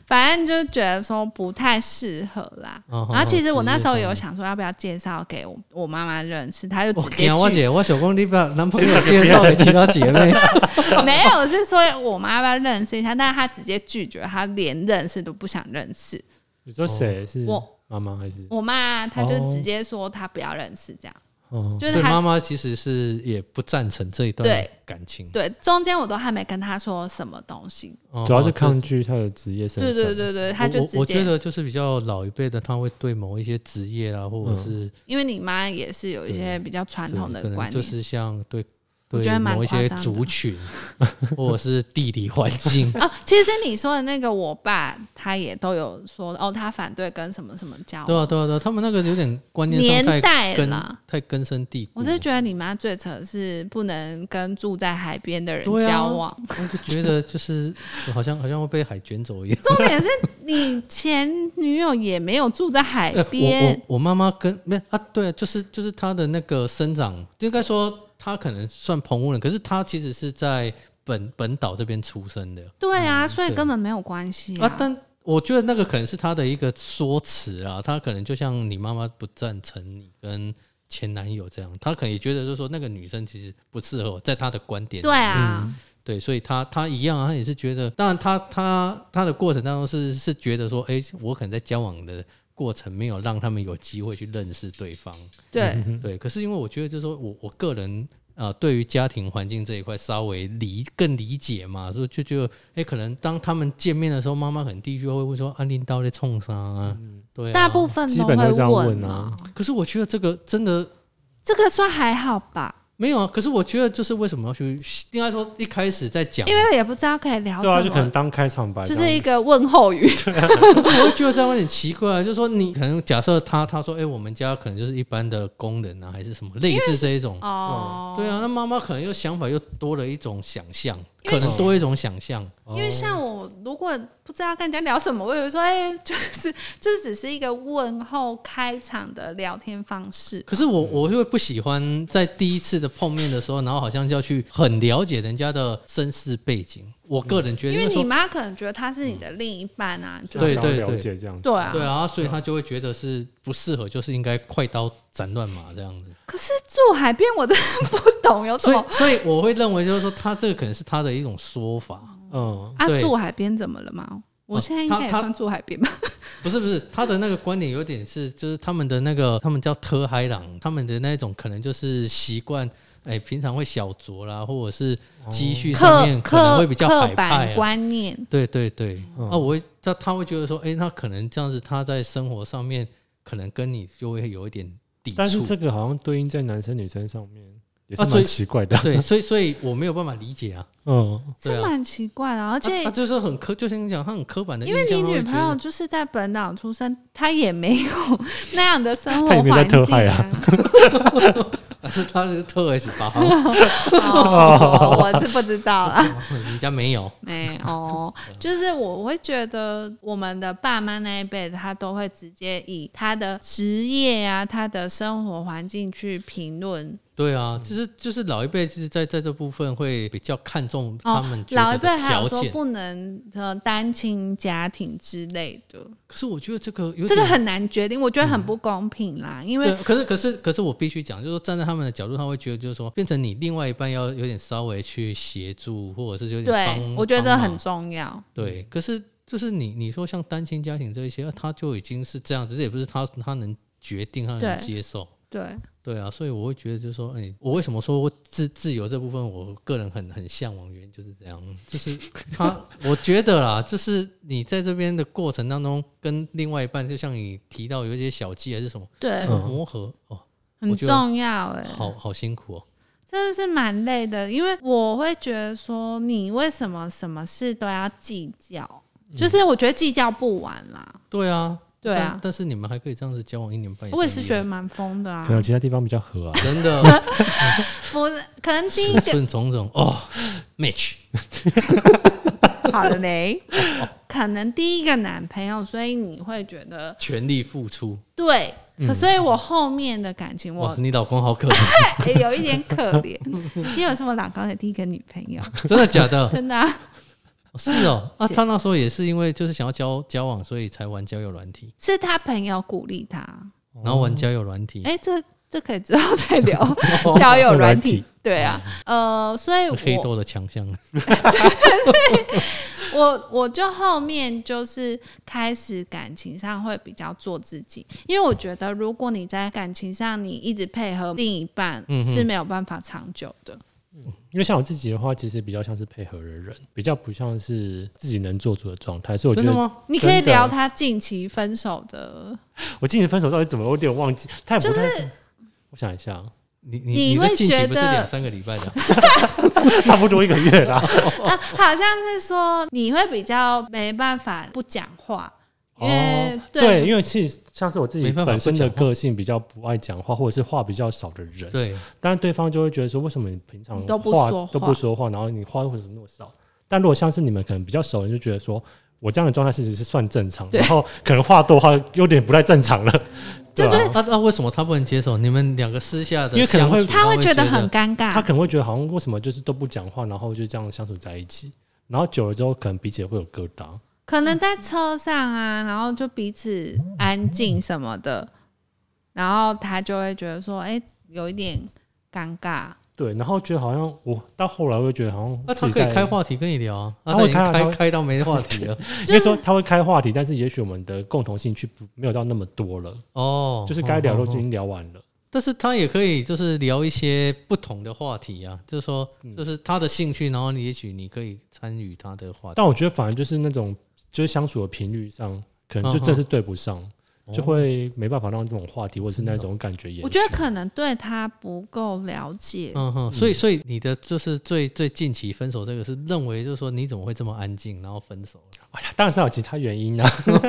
[SPEAKER 1] 反正就觉得说不太适合啦。
[SPEAKER 2] 哦
[SPEAKER 1] 然后其实我那时候
[SPEAKER 2] 职业
[SPEAKER 1] 有
[SPEAKER 2] 上
[SPEAKER 1] 想说要不要介绍给我我妈妈认识，她就
[SPEAKER 2] 我
[SPEAKER 1] 直接
[SPEAKER 2] 哦啊天，我
[SPEAKER 1] 拒，
[SPEAKER 2] 姐，我小公你把男朋友介绍给其他姐妹，
[SPEAKER 1] 没有是说我妈妈认识一下，但是她直接拒绝，她连认识都不想认识。
[SPEAKER 3] 你说谁是
[SPEAKER 1] 我
[SPEAKER 3] 妈妈还是？
[SPEAKER 1] 我妈她就
[SPEAKER 3] 哦
[SPEAKER 1] 直接说她不要认识这样，
[SPEAKER 3] 哦，
[SPEAKER 1] 就
[SPEAKER 2] 所
[SPEAKER 1] 是
[SPEAKER 2] 以
[SPEAKER 1] 她
[SPEAKER 2] 妈妈其实是也不赞成这一段
[SPEAKER 1] 对
[SPEAKER 2] 感情，
[SPEAKER 1] 对中间我都还没跟她说什么东西，
[SPEAKER 2] 哦
[SPEAKER 3] 主要是
[SPEAKER 2] 就
[SPEAKER 3] 抗拒他的职业身
[SPEAKER 1] 对对
[SPEAKER 3] 份。
[SPEAKER 1] 对对，她就
[SPEAKER 2] 我我
[SPEAKER 1] 直
[SPEAKER 2] 我觉
[SPEAKER 1] 接，
[SPEAKER 2] 得就是比较老一辈的，他会对某一些职业
[SPEAKER 3] 嗯
[SPEAKER 2] 啊，或者是
[SPEAKER 1] 因为你妈也是有一些比较传
[SPEAKER 2] 对
[SPEAKER 1] 统的
[SPEAKER 2] 可能
[SPEAKER 1] 观
[SPEAKER 2] 就
[SPEAKER 1] 念。
[SPEAKER 2] 是像对
[SPEAKER 1] 我
[SPEAKER 2] 对
[SPEAKER 1] 觉得蛮
[SPEAKER 2] 某一些
[SPEAKER 1] 夸张的
[SPEAKER 2] 族群 或者是地理环
[SPEAKER 1] ，
[SPEAKER 2] 境
[SPEAKER 1] 哦，其实你说的那个，我爸他也都有说，哦，他反对跟什么什么交往，
[SPEAKER 2] 对啊对啊对啊，他们那个有点观念
[SPEAKER 1] 年
[SPEAKER 2] 上太
[SPEAKER 1] 代
[SPEAKER 2] 根
[SPEAKER 1] 啦。
[SPEAKER 2] 太根深蒂固
[SPEAKER 1] 我
[SPEAKER 2] 了。
[SPEAKER 1] 是觉得你妈最扯的是不能跟住在海边的人
[SPEAKER 2] 对啊
[SPEAKER 1] 交往。
[SPEAKER 2] 我就觉得就是好像好像会被海卷走一样。
[SPEAKER 1] 重点是你前女友也没有 住在 海
[SPEAKER 2] 呃我
[SPEAKER 1] 边
[SPEAKER 2] 我，我妈妈跟没有啊，对啊，就是就是她的那个生长，应该说她可能算澎湖人，可是她其实是在本本岛这边出生的
[SPEAKER 1] 对啊，所以
[SPEAKER 2] 嗯对
[SPEAKER 1] 根本没有关系
[SPEAKER 2] 啊。但我觉得那个可能是她的一个说辞啦，她可能就像你妈妈不赞成你跟前男友这样，她可能也觉得就是说那个女生其实不适合我，在她的观点里
[SPEAKER 1] 对啊，
[SPEAKER 2] 对，所以他他一样啊，他也是觉得，当然他他他的过程当中是是觉得说，哎、我可能在交往的过程没有让他们有机会去认识对方，
[SPEAKER 1] 对，
[SPEAKER 2] 对。可是因为我觉得就是说我我个人啊、呃对于家庭环境这一块稍微理更理解嘛，所以就就哎、诶可能当他们见面的时候，妈妈可能第一句话会问说，安、啊、林到底在冲啥啊？对啊，
[SPEAKER 1] 大部分
[SPEAKER 3] 基本
[SPEAKER 1] 会
[SPEAKER 3] 都这样
[SPEAKER 1] 问
[SPEAKER 3] 问啊
[SPEAKER 2] 可是我觉得这个真的
[SPEAKER 1] 这个算还好吧，
[SPEAKER 2] 没有啊。可是我觉得就是为什么要去，应该说一开始在讲，
[SPEAKER 1] 因为也不知道可以聊
[SPEAKER 3] 对啊，就
[SPEAKER 1] 什
[SPEAKER 3] 可能
[SPEAKER 1] 么，
[SPEAKER 3] 当开场白这
[SPEAKER 1] 就
[SPEAKER 3] 样子，
[SPEAKER 1] 是一个问候 语。
[SPEAKER 2] 我会觉得这样有点奇怪，就是说你可能假设他他说，哎、我们家可能就是一般的工人啊，还是什么类似这一种，
[SPEAKER 1] 哦，
[SPEAKER 2] 对啊，那妈妈可能又想法又多了一种想象，
[SPEAKER 1] 因
[SPEAKER 2] 可
[SPEAKER 1] 为
[SPEAKER 2] 能多一种想象，
[SPEAKER 3] 哦，
[SPEAKER 1] 因为像我，如果不知道跟人家聊什么，我也会说，哎、就是 就是只是一个问候开场的聊天方式。
[SPEAKER 2] 可是我我就会不喜欢在第一次的碰面的时候，然后好像就要去很了解人家的身世背景，我个人觉得，
[SPEAKER 1] 嗯因为
[SPEAKER 2] 因为
[SPEAKER 1] 你
[SPEAKER 2] 说。嗯
[SPEAKER 1] 妈可能觉得他是你的另一半啊，就
[SPEAKER 2] 对
[SPEAKER 3] 想
[SPEAKER 2] 对
[SPEAKER 3] 要了
[SPEAKER 2] 对
[SPEAKER 3] 解这样子。
[SPEAKER 1] 对啊
[SPEAKER 2] 对啊，所以他就会觉得是不适合，就是应该快刀斩乱麻这样子。
[SPEAKER 1] 可是住海边我真的不懂有什
[SPEAKER 2] 所以
[SPEAKER 1] 么，
[SPEAKER 2] 所以我会认为就是说，他这个可能是他的一种说法。
[SPEAKER 3] 嗯，
[SPEAKER 1] 啊
[SPEAKER 2] 对哦
[SPEAKER 1] 住海边怎么了吗？我现在应该也
[SPEAKER 2] 他他
[SPEAKER 1] 算住海边吧？
[SPEAKER 2] 不是不是，他的那个观点有点是，就是他们的那个，他们叫特海朗，他们的那种可能就是习惯，哎、平常会小酌啦，或者是
[SPEAKER 3] 哦
[SPEAKER 2] 积蓄上面可能会比较
[SPEAKER 1] 刻
[SPEAKER 2] 海
[SPEAKER 1] 板
[SPEAKER 2] 派啊。
[SPEAKER 1] 观念，
[SPEAKER 2] 对对对，
[SPEAKER 3] 嗯
[SPEAKER 2] 啊，我会他他会觉得说，哎、那可能这样子，他在生活上面可能跟你就会有一点抵触。
[SPEAKER 3] 但是这个好像对应在男生女生上面也是
[SPEAKER 2] 啊所以
[SPEAKER 3] 蛮奇怪的。
[SPEAKER 2] 对， 所以所以我没有办法理解啊，
[SPEAKER 3] 嗯，
[SPEAKER 2] 对
[SPEAKER 1] 是
[SPEAKER 2] 啊，
[SPEAKER 1] 蛮奇怪的。而且
[SPEAKER 2] 他、啊就是很刻，就像你讲，他很刻板的
[SPEAKER 1] 因
[SPEAKER 2] 印
[SPEAKER 1] 为
[SPEAKER 2] 象，
[SPEAKER 1] 你
[SPEAKER 2] 他会
[SPEAKER 1] 女
[SPEAKER 2] 觉
[SPEAKER 1] 朋
[SPEAKER 2] 得
[SPEAKER 1] 友就是在本岛出生，她也没有那样的生活
[SPEAKER 3] 她也没有在
[SPEAKER 1] 环境
[SPEAKER 3] 特派
[SPEAKER 1] 啊
[SPEAKER 3] 啊。
[SPEAKER 2] 啊是他是特 S 八，
[SPEAKER 1] 哦，我是不知道啦。
[SPEAKER 2] 人家没有。
[SPEAKER 1] 没哦，就是我会觉得我们的爸妈那一辈的，他都会直接以他的职业啊、他的生活环境去评论。
[SPEAKER 2] 对
[SPEAKER 1] 嗯
[SPEAKER 2] 啊，就是就是老一辈，其实在在这部分会比较看重他
[SPEAKER 1] 哦
[SPEAKER 2] 们觉
[SPEAKER 1] 老
[SPEAKER 2] 得
[SPEAKER 1] 一
[SPEAKER 2] 的
[SPEAKER 1] 辈还有
[SPEAKER 2] 条
[SPEAKER 1] 说
[SPEAKER 2] 件，
[SPEAKER 1] 不能呃单亲家庭之类的，
[SPEAKER 2] 可是我觉得这个有
[SPEAKER 1] 这个
[SPEAKER 2] 点嗯
[SPEAKER 1] 很难决定，我觉得很不公平啦，因为
[SPEAKER 2] 对，可是可是可是我必须讲，就是说站在他们的角度，他会觉得就是说，变成你另外一半要有点稍微去协助，或者是有点
[SPEAKER 1] 对
[SPEAKER 2] 帮，
[SPEAKER 1] 我觉得这
[SPEAKER 2] 帮忙
[SPEAKER 1] 很重要。
[SPEAKER 2] 对。可是就是你你说像单亲家庭这一些，啊他就已经是这样子，这也不是他他能决定他能
[SPEAKER 1] 对
[SPEAKER 2] 接受。
[SPEAKER 1] 对，
[SPEAKER 2] 对啊，所以我会觉得就是说，哎、我为什么说我自自由这部分，我个人很很向往，原因就是这样， 就是他，我觉得啦，就是你在这边的过程当中，跟另外一半，就像你提到有一些小技还是什么，那
[SPEAKER 1] 对，
[SPEAKER 2] 个
[SPEAKER 3] 嗯
[SPEAKER 2] 磨合哦，
[SPEAKER 1] 很
[SPEAKER 2] 我觉得
[SPEAKER 1] 重要哎、
[SPEAKER 2] 好好辛苦哦，
[SPEAKER 1] 真的是蛮累的，因为我会觉得说，你为什么什么事都要计较？就是我觉得计较不完啦。
[SPEAKER 2] 对啊，
[SPEAKER 1] 对啊
[SPEAKER 2] 但，但是你们还可以这样子交往一年半，
[SPEAKER 1] 我也是觉得蛮疯的啊
[SPEAKER 3] 可，能其他地方比较合啊。
[SPEAKER 2] 真 的
[SPEAKER 1] 不是，可能第一
[SPEAKER 2] 尺
[SPEAKER 1] 个
[SPEAKER 2] 寸种种哦，match，
[SPEAKER 1] 好了没？可能第一个男朋友，所以你会觉得
[SPEAKER 2] 全力付出，
[SPEAKER 1] 对。可所以，我后面的感情我
[SPEAKER 2] 哇，、你老公好可怜，
[SPEAKER 1] 也有一点可怜， 因为我是我老公的第一个女朋友，
[SPEAKER 2] 真的假的？
[SPEAKER 1] 真的啊、
[SPEAKER 2] 是 哦，啊，他那时候也是因为就是想要交交往，所以才玩交友软体，
[SPEAKER 1] 是他朋友鼓励他。
[SPEAKER 2] 然后玩交友软体，
[SPEAKER 1] 哦哎、这这可以之后再聊 交友软
[SPEAKER 3] 哦软
[SPEAKER 1] 体
[SPEAKER 3] 体。
[SPEAKER 1] 对啊，呃，所以
[SPEAKER 2] 黑
[SPEAKER 1] 我
[SPEAKER 2] 豆的强项，
[SPEAKER 1] 我我就后面就是开始感情上会比较做自己，因为我觉得如果你在感情上你一直配合另一半、
[SPEAKER 2] 嗯哼
[SPEAKER 1] 是没有办法长久的。
[SPEAKER 3] 因为像我自己的话，其实比较像是配合的人，比较不像是自己能做主的状态，所以我
[SPEAKER 2] 真
[SPEAKER 3] 觉
[SPEAKER 2] 的
[SPEAKER 3] 得
[SPEAKER 2] 吗？
[SPEAKER 1] 你可以
[SPEAKER 3] 真的啊
[SPEAKER 1] 聊他近期分手的，
[SPEAKER 3] 我今年分手到底怎么，我有点忘记，他也不太是。我想一下，
[SPEAKER 2] 你
[SPEAKER 1] 你
[SPEAKER 2] 你你的
[SPEAKER 1] 会
[SPEAKER 2] 近
[SPEAKER 1] 觉
[SPEAKER 2] 期不是
[SPEAKER 1] 得
[SPEAKER 2] 两三个礼拜的，啊
[SPEAKER 3] 差不多一个月啦。
[SPEAKER 1] 啊，好像是说你会比较没办法不讲话，因为、
[SPEAKER 2] 哦
[SPEAKER 3] 对，因为其实像是我自己
[SPEAKER 2] 没办法
[SPEAKER 3] 本身的
[SPEAKER 2] 不讲话
[SPEAKER 3] 个性比较不爱讲话，或者是话比较少的人，
[SPEAKER 2] 对，
[SPEAKER 3] 但是对方就会觉得说，为什么你平常
[SPEAKER 1] 你都不
[SPEAKER 3] 话
[SPEAKER 1] 说话
[SPEAKER 3] 都不说话，然后你话为什么那么少？但如果像是你们可能比较熟的人，就觉得说我这样的状态其实是算正常，
[SPEAKER 1] 对
[SPEAKER 3] 然后可能话多话有点不太正常了，
[SPEAKER 1] 就是
[SPEAKER 3] 对啊
[SPEAKER 2] 那那为什么他不能接受？你们两个私下的相处，
[SPEAKER 3] 因为可能会
[SPEAKER 1] 他会
[SPEAKER 2] 会
[SPEAKER 1] 觉得很尴
[SPEAKER 3] 啊他
[SPEAKER 1] 尬。
[SPEAKER 2] 啊
[SPEAKER 3] 可能会觉得好像为什么就是都不讲话，然后就这样相处在一起，然后久了之后可能彼此也会有疙瘩。
[SPEAKER 1] 可
[SPEAKER 3] 嗯
[SPEAKER 1] 能在车上啊，然后就彼此安静什么的，然后他就会觉得说，哎、有一点尴尬。
[SPEAKER 3] 对，然后觉得好像我到后来会觉得好像
[SPEAKER 2] 那他
[SPEAKER 3] 自己
[SPEAKER 2] 可以
[SPEAKER 3] 在
[SPEAKER 2] 开话题跟你聊啊，啊
[SPEAKER 3] 他会
[SPEAKER 2] 已经
[SPEAKER 3] 开啊他
[SPEAKER 2] 开
[SPEAKER 3] 会
[SPEAKER 2] 开到没话题 了，
[SPEAKER 1] 就
[SPEAKER 3] 应该
[SPEAKER 1] 是
[SPEAKER 3] 说他会开话题，但是也许我们的共同兴趣不没有到那么多了，
[SPEAKER 2] 哦，
[SPEAKER 3] 就是该聊都
[SPEAKER 2] 哦
[SPEAKER 3] 已
[SPEAKER 2] 哦
[SPEAKER 3] 经聊完了。
[SPEAKER 2] 但是他也可以就是聊一些不同的话题啊，就是说就是他的兴趣，然后你也许你可以参与他的话题，
[SPEAKER 3] 但我觉得反而就是那种就是相处的频率上，可能就真的是对不上，
[SPEAKER 2] 哦
[SPEAKER 3] 就会没办法让这种话题或者是那种感觉延续。
[SPEAKER 1] 我觉得可能对他不够了解，
[SPEAKER 2] 嗯哼，所以所以你的就是最最近期分手这个是认为就是说你怎么会这么安静，然后分手了？
[SPEAKER 3] 哎呀当然是有其他原因啊，嗯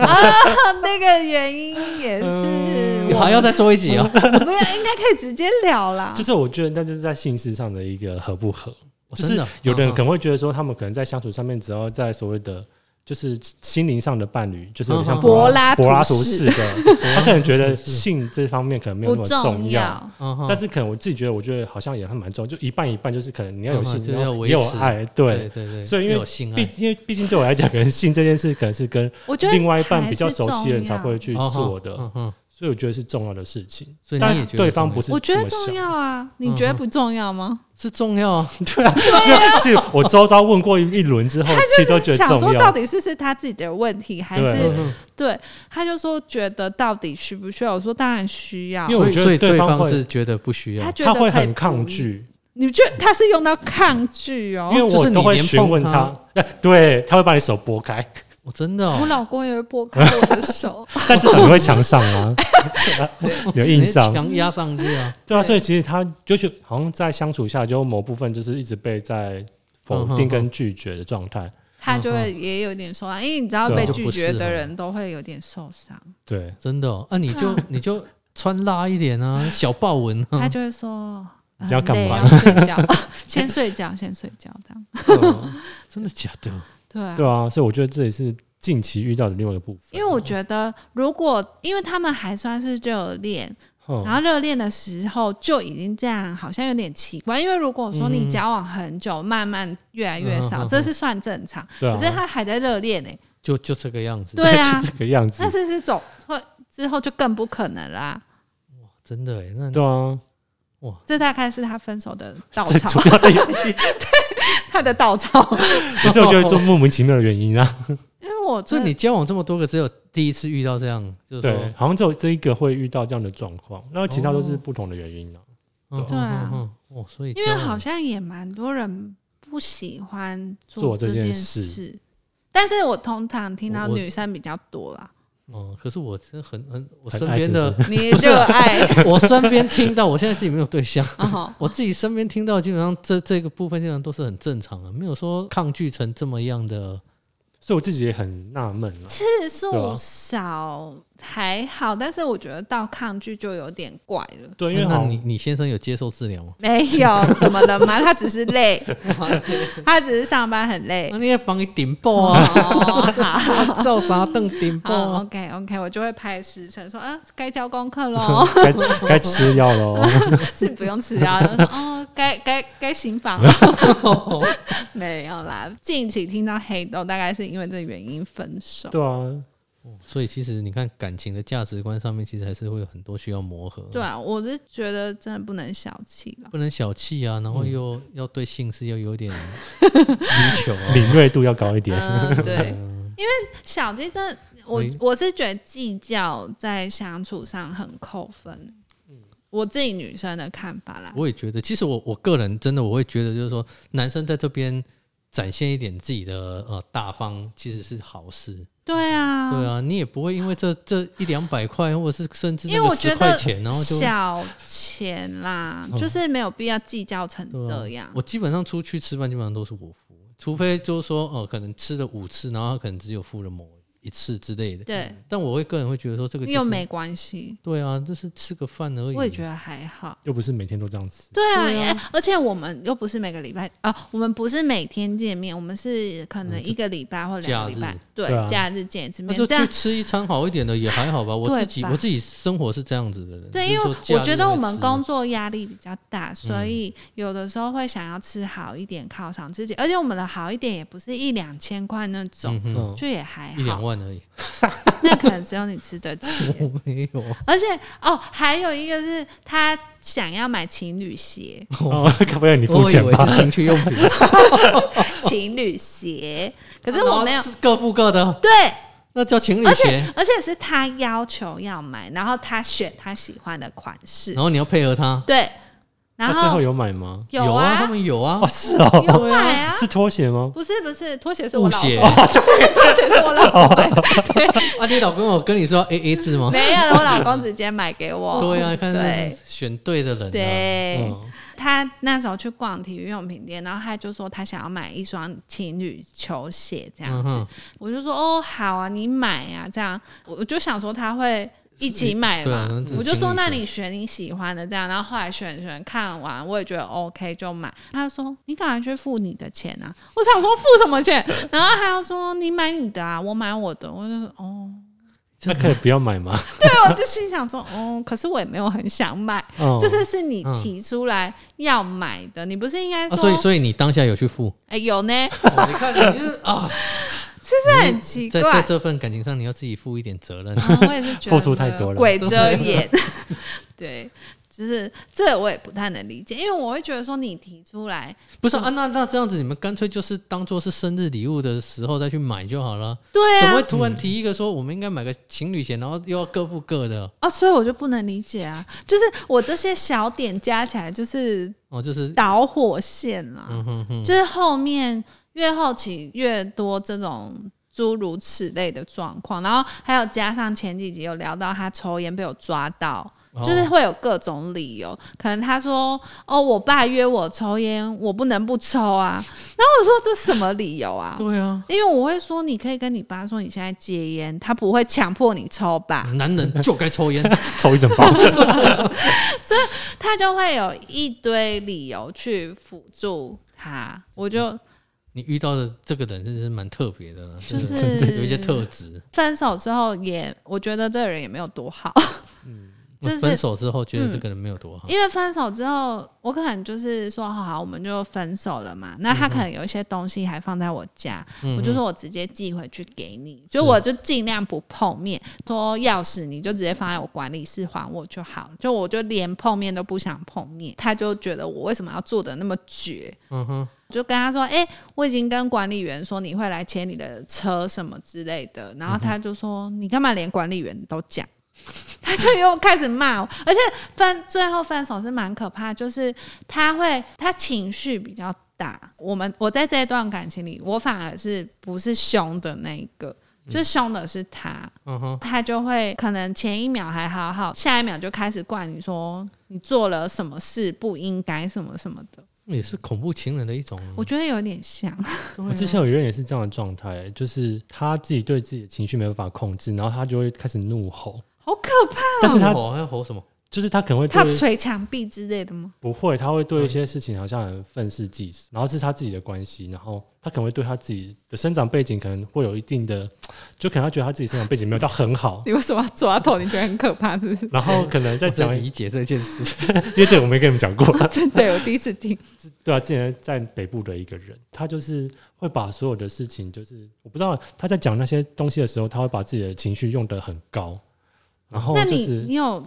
[SPEAKER 1] 那个原因也是
[SPEAKER 2] 你，还要再做一 集啊？
[SPEAKER 1] 我不是应该可以直接聊啦
[SPEAKER 2] 啊
[SPEAKER 3] 就。是我觉得那就是在性事上的一个合不合，
[SPEAKER 2] 哦
[SPEAKER 3] 就
[SPEAKER 2] 真
[SPEAKER 3] 是
[SPEAKER 2] 的
[SPEAKER 3] 有的人
[SPEAKER 2] 嗯嗯
[SPEAKER 3] 可能会觉得说他们可能在相处上面，只要在所谓的。就是心灵上的伴侣，就是有点像
[SPEAKER 2] 嗯嗯
[SPEAKER 1] 柏拉
[SPEAKER 3] 柏拉
[SPEAKER 1] 图
[SPEAKER 3] 图
[SPEAKER 1] 式
[SPEAKER 3] 式的， 他可能觉得性这方面可能没有
[SPEAKER 1] 不
[SPEAKER 3] 那么
[SPEAKER 1] 重
[SPEAKER 3] 要，
[SPEAKER 1] 要，
[SPEAKER 2] 嗯哼
[SPEAKER 3] 但是可能我自己觉得，我觉得好像也还蛮重要，就一半一半，就是可能你要有
[SPEAKER 2] 嗯
[SPEAKER 3] 性，
[SPEAKER 2] 就
[SPEAKER 3] 然
[SPEAKER 2] 要
[SPEAKER 3] 后
[SPEAKER 2] 维
[SPEAKER 3] 也有
[SPEAKER 2] 持
[SPEAKER 3] 爱，
[SPEAKER 2] 对对对，
[SPEAKER 3] 所以因为
[SPEAKER 2] 要有性
[SPEAKER 3] 毕
[SPEAKER 2] 爱，
[SPEAKER 3] 因为毕竟对我来讲，可能性这件事可能是跟
[SPEAKER 1] 我觉得
[SPEAKER 3] 另外一半
[SPEAKER 1] 还
[SPEAKER 3] 比较
[SPEAKER 1] 是
[SPEAKER 3] 熟悉的人
[SPEAKER 1] 重要
[SPEAKER 3] 才会去
[SPEAKER 2] 哦哼
[SPEAKER 3] 做的，
[SPEAKER 2] 嗯哼，
[SPEAKER 3] 所以我觉得是重要的事情。
[SPEAKER 2] 所以你也
[SPEAKER 3] 但
[SPEAKER 2] 觉得
[SPEAKER 3] 对方
[SPEAKER 2] 重要
[SPEAKER 3] 不是
[SPEAKER 1] 我觉
[SPEAKER 3] 这
[SPEAKER 1] 得
[SPEAKER 3] 么
[SPEAKER 1] 重
[SPEAKER 3] 想，嗯
[SPEAKER 1] 要啊，你觉得不重要吗？
[SPEAKER 2] 是重要啊。
[SPEAKER 3] 没 有是我周遭问过一一轮之后，其实都觉得
[SPEAKER 1] 想
[SPEAKER 3] 重
[SPEAKER 1] 说到
[SPEAKER 3] 要。
[SPEAKER 1] 底是是他自己的问题，还
[SPEAKER 3] 对
[SPEAKER 1] 是
[SPEAKER 2] 嗯
[SPEAKER 1] 对？他就说觉得到底需不需要？我说当然需要
[SPEAKER 3] 因为。
[SPEAKER 2] 所
[SPEAKER 3] 啊我
[SPEAKER 2] 以
[SPEAKER 3] 觉得
[SPEAKER 2] 所以对
[SPEAKER 3] 对方
[SPEAKER 2] 方
[SPEAKER 3] 会
[SPEAKER 2] 是觉得不需要
[SPEAKER 1] 他，觉得
[SPEAKER 3] 他会
[SPEAKER 1] 可以
[SPEAKER 3] 很抗
[SPEAKER 1] 不
[SPEAKER 3] 拒，
[SPEAKER 1] 你觉得他是用到抗拒哦
[SPEAKER 3] 因？为
[SPEAKER 2] 就是
[SPEAKER 3] 我
[SPEAKER 2] 你
[SPEAKER 3] 都会
[SPEAKER 2] 连
[SPEAKER 3] 询
[SPEAKER 2] 碰
[SPEAKER 3] 问
[SPEAKER 2] 他
[SPEAKER 3] 他，哎对，他会把你手拨开，
[SPEAKER 2] 我真的 哦
[SPEAKER 1] 我老公也会拨开我的 手，
[SPEAKER 3] 但至少你会强 上啊， 有
[SPEAKER 2] 你
[SPEAKER 3] 硬
[SPEAKER 2] 是
[SPEAKER 3] 伤，
[SPEAKER 2] 强压上去啊。
[SPEAKER 3] 对
[SPEAKER 1] 对
[SPEAKER 3] 啊，所以其实他就是好像在相处下，就某部分就是一直被在
[SPEAKER 2] 嗯
[SPEAKER 3] 否
[SPEAKER 2] 哼
[SPEAKER 3] 定
[SPEAKER 2] 哼
[SPEAKER 3] 跟拒绝的状态，
[SPEAKER 1] 他就会也有点受伤，因为你知道
[SPEAKER 3] 嗯对啊
[SPEAKER 1] 被
[SPEAKER 2] 就
[SPEAKER 1] 拒
[SPEAKER 2] 不
[SPEAKER 1] 绝
[SPEAKER 2] 适
[SPEAKER 1] 的
[SPEAKER 2] 合
[SPEAKER 1] 人都会有点受伤，
[SPEAKER 3] 对。
[SPEAKER 2] 真的、哦，那、你 就你就穿辣一点啊，小豹纹
[SPEAKER 1] 他
[SPEAKER 2] 啊，
[SPEAKER 1] 就会说。
[SPEAKER 3] 嗯你要
[SPEAKER 1] 很
[SPEAKER 3] 干
[SPEAKER 1] 累
[SPEAKER 3] 嘛
[SPEAKER 1] 要睡觉，先睡觉，先睡觉，这样
[SPEAKER 3] 嗯
[SPEAKER 2] 真的假的？
[SPEAKER 1] 对啊
[SPEAKER 3] 对啊，所以我觉得这也是近期遇到的另外一个部分。
[SPEAKER 1] 因为我觉得，如果因为他们还算是热恋，
[SPEAKER 3] 嗯
[SPEAKER 1] 然后热恋的时候就已经这样，好像有点奇怪。因为如果说
[SPEAKER 3] 嗯
[SPEAKER 1] 你交往很久，慢慢越来越
[SPEAKER 2] 嗯嗯
[SPEAKER 1] 少，
[SPEAKER 2] 嗯嗯
[SPEAKER 1] 这是算正常。
[SPEAKER 3] 对
[SPEAKER 1] 可是
[SPEAKER 3] 啊，
[SPEAKER 1] 他还在热恋呢，欸
[SPEAKER 2] 就就这个样子，
[SPEAKER 1] 对啊
[SPEAKER 3] 就，这个样子
[SPEAKER 1] 那，是是总会之后就更不可能啦。
[SPEAKER 2] 真的哎，那
[SPEAKER 3] 对啊，
[SPEAKER 1] 这大概是他分手的稻
[SPEAKER 3] 最
[SPEAKER 1] 草，
[SPEAKER 3] 主要的原因
[SPEAKER 1] 他的稻草。
[SPEAKER 3] 也是我觉得做莫名其妙的原因啊。
[SPEAKER 1] 因为我
[SPEAKER 2] 所以
[SPEAKER 1] 真的
[SPEAKER 2] 你交往这么多个，只有第一次遇到这样，就是说
[SPEAKER 3] 对，，好像只有这一个会遇到这样的状况，然后其他都是不同的原因啊。
[SPEAKER 2] 嗯
[SPEAKER 1] 对啊
[SPEAKER 2] 嗯嗯嗯哦，所以
[SPEAKER 1] 因为
[SPEAKER 2] 交往
[SPEAKER 1] 好像也蛮多人不喜欢
[SPEAKER 3] 做
[SPEAKER 1] 这
[SPEAKER 3] 这件
[SPEAKER 1] 事，
[SPEAKER 3] 事
[SPEAKER 1] 但是我通常听到
[SPEAKER 2] 我我
[SPEAKER 1] 女生比较多 啦，
[SPEAKER 2] 哦，可是我真的很很，我
[SPEAKER 3] 很
[SPEAKER 2] 身
[SPEAKER 3] 爱
[SPEAKER 2] 边
[SPEAKER 3] 是
[SPEAKER 2] 的
[SPEAKER 3] 不
[SPEAKER 1] 你就 爱
[SPEAKER 2] 我身边听到，我现在自己没有对象，
[SPEAKER 1] 哦，
[SPEAKER 2] 我自己身边听到基本上这这个部分基本上都是很正常的，没有说抗拒成这么样的。
[SPEAKER 3] 所以我自己也很纳闷啊，
[SPEAKER 1] 次
[SPEAKER 3] 对
[SPEAKER 1] 数
[SPEAKER 3] 啊
[SPEAKER 1] 少还好，但是我觉得到抗拒就有点怪 了。
[SPEAKER 3] 对，因为
[SPEAKER 2] 那
[SPEAKER 3] 好
[SPEAKER 2] 你
[SPEAKER 3] 像
[SPEAKER 2] 你先生有接受治疗吗？
[SPEAKER 1] 没有，怎么了吗？他只是累， 他只是上班很累
[SPEAKER 2] 那。你也帮你顶 爆
[SPEAKER 1] 哦，
[SPEAKER 2] 啊，
[SPEAKER 1] 好，
[SPEAKER 2] 照啥凳顶爆
[SPEAKER 1] 好
[SPEAKER 2] 啊？
[SPEAKER 1] ，OK OK，我就会拍时辰说啊，该交功课 喽，
[SPEAKER 3] 该该吃药喽。
[SPEAKER 1] 是不用吃药了。哦，该该该行房 了，没有啦。近期听到黑豆，大概是因为这个原因分手。
[SPEAKER 3] 对啊，
[SPEAKER 2] 所以其实你看感情的价值观上面，其实还是会有很多需要磨合。
[SPEAKER 1] 对啊，我是觉得真的不能小气了。
[SPEAKER 2] 不能小气啊，然
[SPEAKER 3] 嗯
[SPEAKER 2] 后又、要对性是要 有点需求啊。
[SPEAKER 3] 敏锐度要高一点。
[SPEAKER 1] 嗯，对，小鸡真的，我
[SPEAKER 2] 没
[SPEAKER 1] 我是觉得计较在相处上很扣分。我自己女生的看法啦。
[SPEAKER 2] 嗯我也觉得，其实我我个人真的我会觉得，就是说男生在这边展现一点自己的呃大方，其实是好事。
[SPEAKER 1] 对啊，
[SPEAKER 2] 对啊，你也不会因为这这一两百块，或者是甚至
[SPEAKER 1] 因为
[SPEAKER 2] 那
[SPEAKER 1] 我
[SPEAKER 2] 个
[SPEAKER 1] 觉
[SPEAKER 2] 十
[SPEAKER 1] 得
[SPEAKER 2] 块钱，然后就
[SPEAKER 1] 小钱啦，
[SPEAKER 2] 嗯
[SPEAKER 1] 就是没有必要计较成
[SPEAKER 2] 对啊
[SPEAKER 1] 这样。
[SPEAKER 2] 我基本上出去吃饭基本上都是我付，除非就是说哦、呃可能吃了五次，然后他可能只有付了某一次之类的。
[SPEAKER 1] 对，
[SPEAKER 2] 但我会个人会觉得说这个、就是、啊
[SPEAKER 1] 又没关系，
[SPEAKER 2] 对啊，就是吃个饭而已。
[SPEAKER 1] 我也觉得还好。
[SPEAKER 3] 又不是每天都这 样吃，
[SPEAKER 1] 对啊，哎而且我们又不是每个礼拜啊、我们不是每天见面，我们是可能一个礼拜或两个礼
[SPEAKER 2] 嗯假
[SPEAKER 1] 拜
[SPEAKER 2] 日，
[SPEAKER 1] 对
[SPEAKER 3] 对，啊
[SPEAKER 1] 假日见一次
[SPEAKER 2] 那
[SPEAKER 1] 面，
[SPEAKER 2] 就
[SPEAKER 1] 这样
[SPEAKER 2] 去吃一餐好一点的也还好吧。我
[SPEAKER 1] 对
[SPEAKER 2] 自己
[SPEAKER 1] 吧
[SPEAKER 2] 我自己生活是这样子的人，
[SPEAKER 1] 对，
[SPEAKER 2] 就是
[SPEAKER 1] 因为
[SPEAKER 2] 说假日
[SPEAKER 1] 我觉得我们
[SPEAKER 2] 会吃
[SPEAKER 1] 工作压力比较大，所
[SPEAKER 2] 嗯
[SPEAKER 1] 以有的时候会想要吃好一点犒赏自己，而且我们的好一点也不是一两千块那种，
[SPEAKER 2] 嗯哼
[SPEAKER 3] 嗯，
[SPEAKER 1] 就也还
[SPEAKER 2] 一两
[SPEAKER 1] 好，
[SPEAKER 2] 万而已，
[SPEAKER 1] 那可能只有你吃得 起。
[SPEAKER 2] 我没有。
[SPEAKER 1] 而且哦，还有一个是他想要买情侣 鞋，
[SPEAKER 3] 哦，可不可以你付
[SPEAKER 2] 我以
[SPEAKER 3] 钱
[SPEAKER 2] 为
[SPEAKER 3] 吧？
[SPEAKER 2] 是情趣用品，
[SPEAKER 1] 情侣鞋， 可是我没有
[SPEAKER 2] 然后各付各的，
[SPEAKER 1] 对，
[SPEAKER 2] 那叫情侣
[SPEAKER 1] 而且
[SPEAKER 2] 鞋。
[SPEAKER 1] 而且是他要求要买，然后他选他喜欢的款式
[SPEAKER 2] 然，后你要配合他，
[SPEAKER 1] 对，然
[SPEAKER 3] 那啊最后
[SPEAKER 1] 后
[SPEAKER 3] 有买吗？
[SPEAKER 2] 有
[SPEAKER 1] 啊
[SPEAKER 2] 他，们有啊
[SPEAKER 3] 哦，，是哦，
[SPEAKER 1] 有买啊，
[SPEAKER 3] 是拖鞋吗？
[SPEAKER 1] 不是不是，拖鞋是我
[SPEAKER 2] 误
[SPEAKER 1] 老
[SPEAKER 2] 写
[SPEAKER 1] 公。 拖鞋是我老公买的，
[SPEAKER 2] 啊！你老公有跟你说 A A 制吗？
[SPEAKER 1] 没有，我老公直接买给我。
[SPEAKER 2] 对啊，看是
[SPEAKER 1] 对
[SPEAKER 2] 选对的人啊。
[SPEAKER 1] 对、
[SPEAKER 3] 嗯，
[SPEAKER 1] 他那时候去逛体育用品店，然后他就说他想要买一双情侣球鞋这样
[SPEAKER 2] 嗯
[SPEAKER 1] 子，
[SPEAKER 2] 哼，
[SPEAKER 1] 我就说哦好啊，你买啊这样，我我就想说他会。一起买
[SPEAKER 2] 对
[SPEAKER 1] 嘛
[SPEAKER 2] 啊那这，
[SPEAKER 1] 我就
[SPEAKER 2] 情
[SPEAKER 1] 说
[SPEAKER 2] 侣
[SPEAKER 1] 那
[SPEAKER 2] 鞋
[SPEAKER 1] 你选你喜欢的这样，然后后来选选看完，我也觉得 OK 就买。他就说你赶快去付你的钱啊！我想说付什么钱， 然后他又说你买你的啊，我买我的。我就说哦，
[SPEAKER 3] 那可以不要买吗？
[SPEAKER 1] 我就心想说，哦，可是我也没有很想买，
[SPEAKER 3] 嗯，
[SPEAKER 1] 这是是你
[SPEAKER 2] 嗯
[SPEAKER 1] 提出来要买的，你不是应该
[SPEAKER 2] 啊，
[SPEAKER 1] 说，
[SPEAKER 2] 所以所以你当下有 去付？
[SPEAKER 1] 哎、有呢，
[SPEAKER 2] 哦你看你 是啊，
[SPEAKER 1] 这很奇
[SPEAKER 2] 在
[SPEAKER 1] 怪。
[SPEAKER 2] 在这份感情上，你要自己负一点 责任。
[SPEAKER 1] 嗯，我也是觉得
[SPEAKER 3] 付出太 多了
[SPEAKER 1] 鬼遮眼，对。就是这我也不太能理解，因为我会觉得说你提出来，
[SPEAKER 2] 不是啊，那那这样子，你们干脆就是当做是生日礼物的时候再去买就好了。
[SPEAKER 1] 对
[SPEAKER 2] 怎么
[SPEAKER 1] 啊
[SPEAKER 2] 会，突然提一个说我们应该买个情侣鞋，然后又要各付各的？
[SPEAKER 1] 啊，所以我就不能理解啊，就是我这些小点加起来就是
[SPEAKER 2] 哦， 就是
[SPEAKER 1] 导火线啦、
[SPEAKER 2] 嗯哼哼，
[SPEAKER 1] 就是后面越后期越多这种诸如此类的状况，然后还有加上前几集有聊到他抽烟被我抓到。
[SPEAKER 2] 哦
[SPEAKER 1] 就是会有各种理由，可能他说：“哦，我爸约我抽烟，我不能不抽 啊。”然后我说：“这什么理由啊
[SPEAKER 2] 对啊？”，
[SPEAKER 1] 因为我会说：“你可以跟你爸说你现在戒烟，他不会强迫你抽吧？”
[SPEAKER 2] 男人就该抽烟。
[SPEAKER 3] 抽一整包。
[SPEAKER 1] 他就会有一堆理由去辅助他。我就
[SPEAKER 2] 你遇到的这个人真是蛮特别的啦，
[SPEAKER 1] 就是
[SPEAKER 2] 真的有一些特质。
[SPEAKER 1] 分手之后也，我觉得这个人也没有多好。就是
[SPEAKER 2] 分手之后觉得这个人没有多好，
[SPEAKER 1] 因为分手之后，我可能就是说，好好，我们就分手了嘛。那他可能有一些东西还放在我家，
[SPEAKER 2] 嗯
[SPEAKER 1] 我就说我直接寄回去给你，就我就尽量不碰面，说钥匙你就直接放在我管理室还我就好，就我就连碰面都不想碰面。他就觉得我为什么要做的那么绝？
[SPEAKER 2] 嗯哼，
[SPEAKER 1] 就跟他说：“哎、我已经跟管理员说你会来签你的车什么之类的。”然
[SPEAKER 2] 嗯
[SPEAKER 1] 后他就说：“你干嘛连管理员都讲？”他就又开始骂我，而且分最后分手是蛮可怕，就是他会他情绪比较大。我们我在这一段感情里，我反而是不是凶的那一个，就是凶的是他。
[SPEAKER 2] 嗯哼，
[SPEAKER 1] 他就会可能前一秒还好好，下一秒就开始怪你说你做了什么事不应该什么什么的。
[SPEAKER 2] 也是恐怖情人的一种啊。
[SPEAKER 1] 我觉得有点像，
[SPEAKER 3] 我之前有一任也是这样的状态，就是他自己对自己的情绪没有办法控制，然后他就会开始怒吼，
[SPEAKER 1] 好可怕！
[SPEAKER 3] 但是他
[SPEAKER 2] 吼还要吼什么？
[SPEAKER 3] 就是他可能会
[SPEAKER 1] 啊他
[SPEAKER 3] 对
[SPEAKER 1] 捶墙壁之类的吗？
[SPEAKER 3] 不会，他会
[SPEAKER 1] 嗯
[SPEAKER 3] 对一些事情好像很愤世嫉俗，然后是他自己的关系，然后他可能会对他自己的生长背景可能会有一定的，就可能他觉得他自己生长背景没有到
[SPEAKER 1] ，
[SPEAKER 3] 很好
[SPEAKER 1] 你为什么要抓头？你觉得很可怕是不 是？
[SPEAKER 3] 然后可能在
[SPEAKER 2] 在
[SPEAKER 3] 讲
[SPEAKER 2] 讲
[SPEAKER 3] 一，
[SPEAKER 2] 理解这件 事，
[SPEAKER 3] 因为这个我没跟你们讲过，
[SPEAKER 1] 真的，我第一次听。
[SPEAKER 3] 对啊，之前在北部的一个人，他就是会把所有的事情，就是我不知道他在讲那些东西的时候，他会把自己的情绪用得很高，然后
[SPEAKER 1] 那
[SPEAKER 3] 就
[SPEAKER 1] 你
[SPEAKER 3] 是
[SPEAKER 1] 你有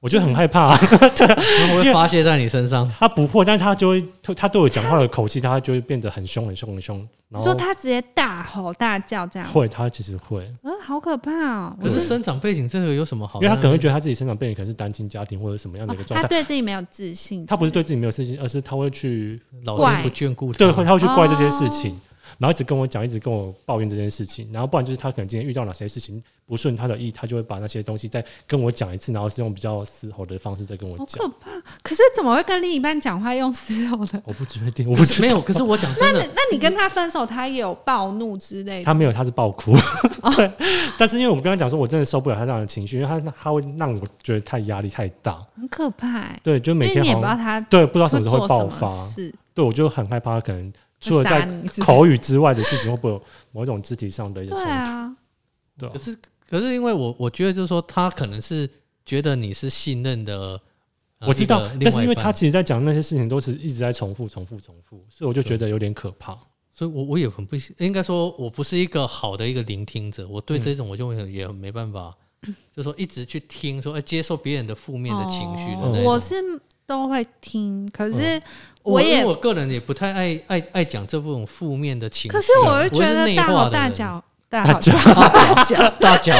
[SPEAKER 3] 我觉得很害怕、
[SPEAKER 2] 然后会发泄在你身上。
[SPEAKER 3] 他不会，但是他就会他他对我讲话的口气，他就会变得很凶很凶很凶，然
[SPEAKER 1] 说
[SPEAKER 3] 后
[SPEAKER 1] 他直接大吼大叫这样？
[SPEAKER 3] 会他其实会。
[SPEAKER 1] 嗯，好可怕哦！
[SPEAKER 2] 可
[SPEAKER 1] 我
[SPEAKER 2] 是
[SPEAKER 1] 是
[SPEAKER 2] 生长背景这个有什么好？
[SPEAKER 3] 因为他可能会觉得他自己生长背景可能是单亲家庭或者什么样的一个
[SPEAKER 1] 哦
[SPEAKER 3] 状
[SPEAKER 1] 他
[SPEAKER 3] 态，
[SPEAKER 1] 对自己没有自信，
[SPEAKER 3] 他不是对自己没有事情，而是他会去
[SPEAKER 2] 老天不眷顾他。
[SPEAKER 3] 对，会他会去怪这些事
[SPEAKER 1] 哦
[SPEAKER 3] 情，然后一直跟我讲，一直跟我抱怨这件事情，然后不然就是他可能今天遇到哪些事情不顺他的意，他就会把那些东西再跟我讲一次，然后是用比较嘶吼的方式再跟我
[SPEAKER 1] 好
[SPEAKER 3] 讲
[SPEAKER 1] 可。怕。可是怎么会跟另一半讲话用嘶吼 的？
[SPEAKER 3] 我不确 定，我不知
[SPEAKER 2] 没
[SPEAKER 3] 道
[SPEAKER 2] 有。可是我讲真
[SPEAKER 1] 那
[SPEAKER 2] 的，
[SPEAKER 1] 那你
[SPEAKER 3] 嗯
[SPEAKER 1] 跟他分手，他也有哦暴怒之类的？
[SPEAKER 3] 他没有，他是爆哭。 对，但是因为我们刚刚讲说，我真的受不了他这样的情绪，因为他他会让我觉得太压力太大。
[SPEAKER 1] 很可怕、欸，
[SPEAKER 3] 对，就每
[SPEAKER 1] 因为
[SPEAKER 3] 天
[SPEAKER 1] 你也不
[SPEAKER 3] 好
[SPEAKER 1] 知道
[SPEAKER 3] 像
[SPEAKER 1] 他
[SPEAKER 3] 对不知道
[SPEAKER 1] 会
[SPEAKER 3] 什么时候
[SPEAKER 1] 做
[SPEAKER 3] 会爆
[SPEAKER 1] 什
[SPEAKER 3] 发
[SPEAKER 1] 么，事
[SPEAKER 3] 对我就很害怕，他可能除
[SPEAKER 1] 会
[SPEAKER 3] 了在
[SPEAKER 1] 杀你之类的
[SPEAKER 3] 口语之外的事情，会不会有某种肢体上的一些冲
[SPEAKER 1] 对
[SPEAKER 3] 突？
[SPEAKER 1] 啊，
[SPEAKER 3] 对啊
[SPEAKER 2] 可是可是因为我我觉得就是说，他可能是觉得你是信任的，呃
[SPEAKER 3] 我知道
[SPEAKER 2] 一个，
[SPEAKER 3] 但是
[SPEAKER 2] 另
[SPEAKER 3] 因为
[SPEAKER 2] 外一半
[SPEAKER 3] 他其实在讲那些事情都是一直在重复、重复、重复，所以我就觉得有点可怕。
[SPEAKER 2] 所以我我也很不喜，应该说我不是一个好的一个聆听者，我对这种我就很也很没办 法，就说一直去听说，哎、接受别人的负面的情绪的
[SPEAKER 1] 哦
[SPEAKER 2] 那一
[SPEAKER 1] 我
[SPEAKER 2] 种。
[SPEAKER 1] 是都会听，可是、
[SPEAKER 3] 嗯
[SPEAKER 2] 我
[SPEAKER 1] 我也
[SPEAKER 2] 因为我个人也不太爱爱爱讲这种负面的情绪，
[SPEAKER 1] 可是我会觉
[SPEAKER 2] 我是
[SPEAKER 1] 得
[SPEAKER 2] 内
[SPEAKER 1] 大
[SPEAKER 2] 化
[SPEAKER 1] 吼
[SPEAKER 2] 的
[SPEAKER 1] 大啊
[SPEAKER 2] 人
[SPEAKER 1] 叫。大吼大叫，
[SPEAKER 2] 大叫，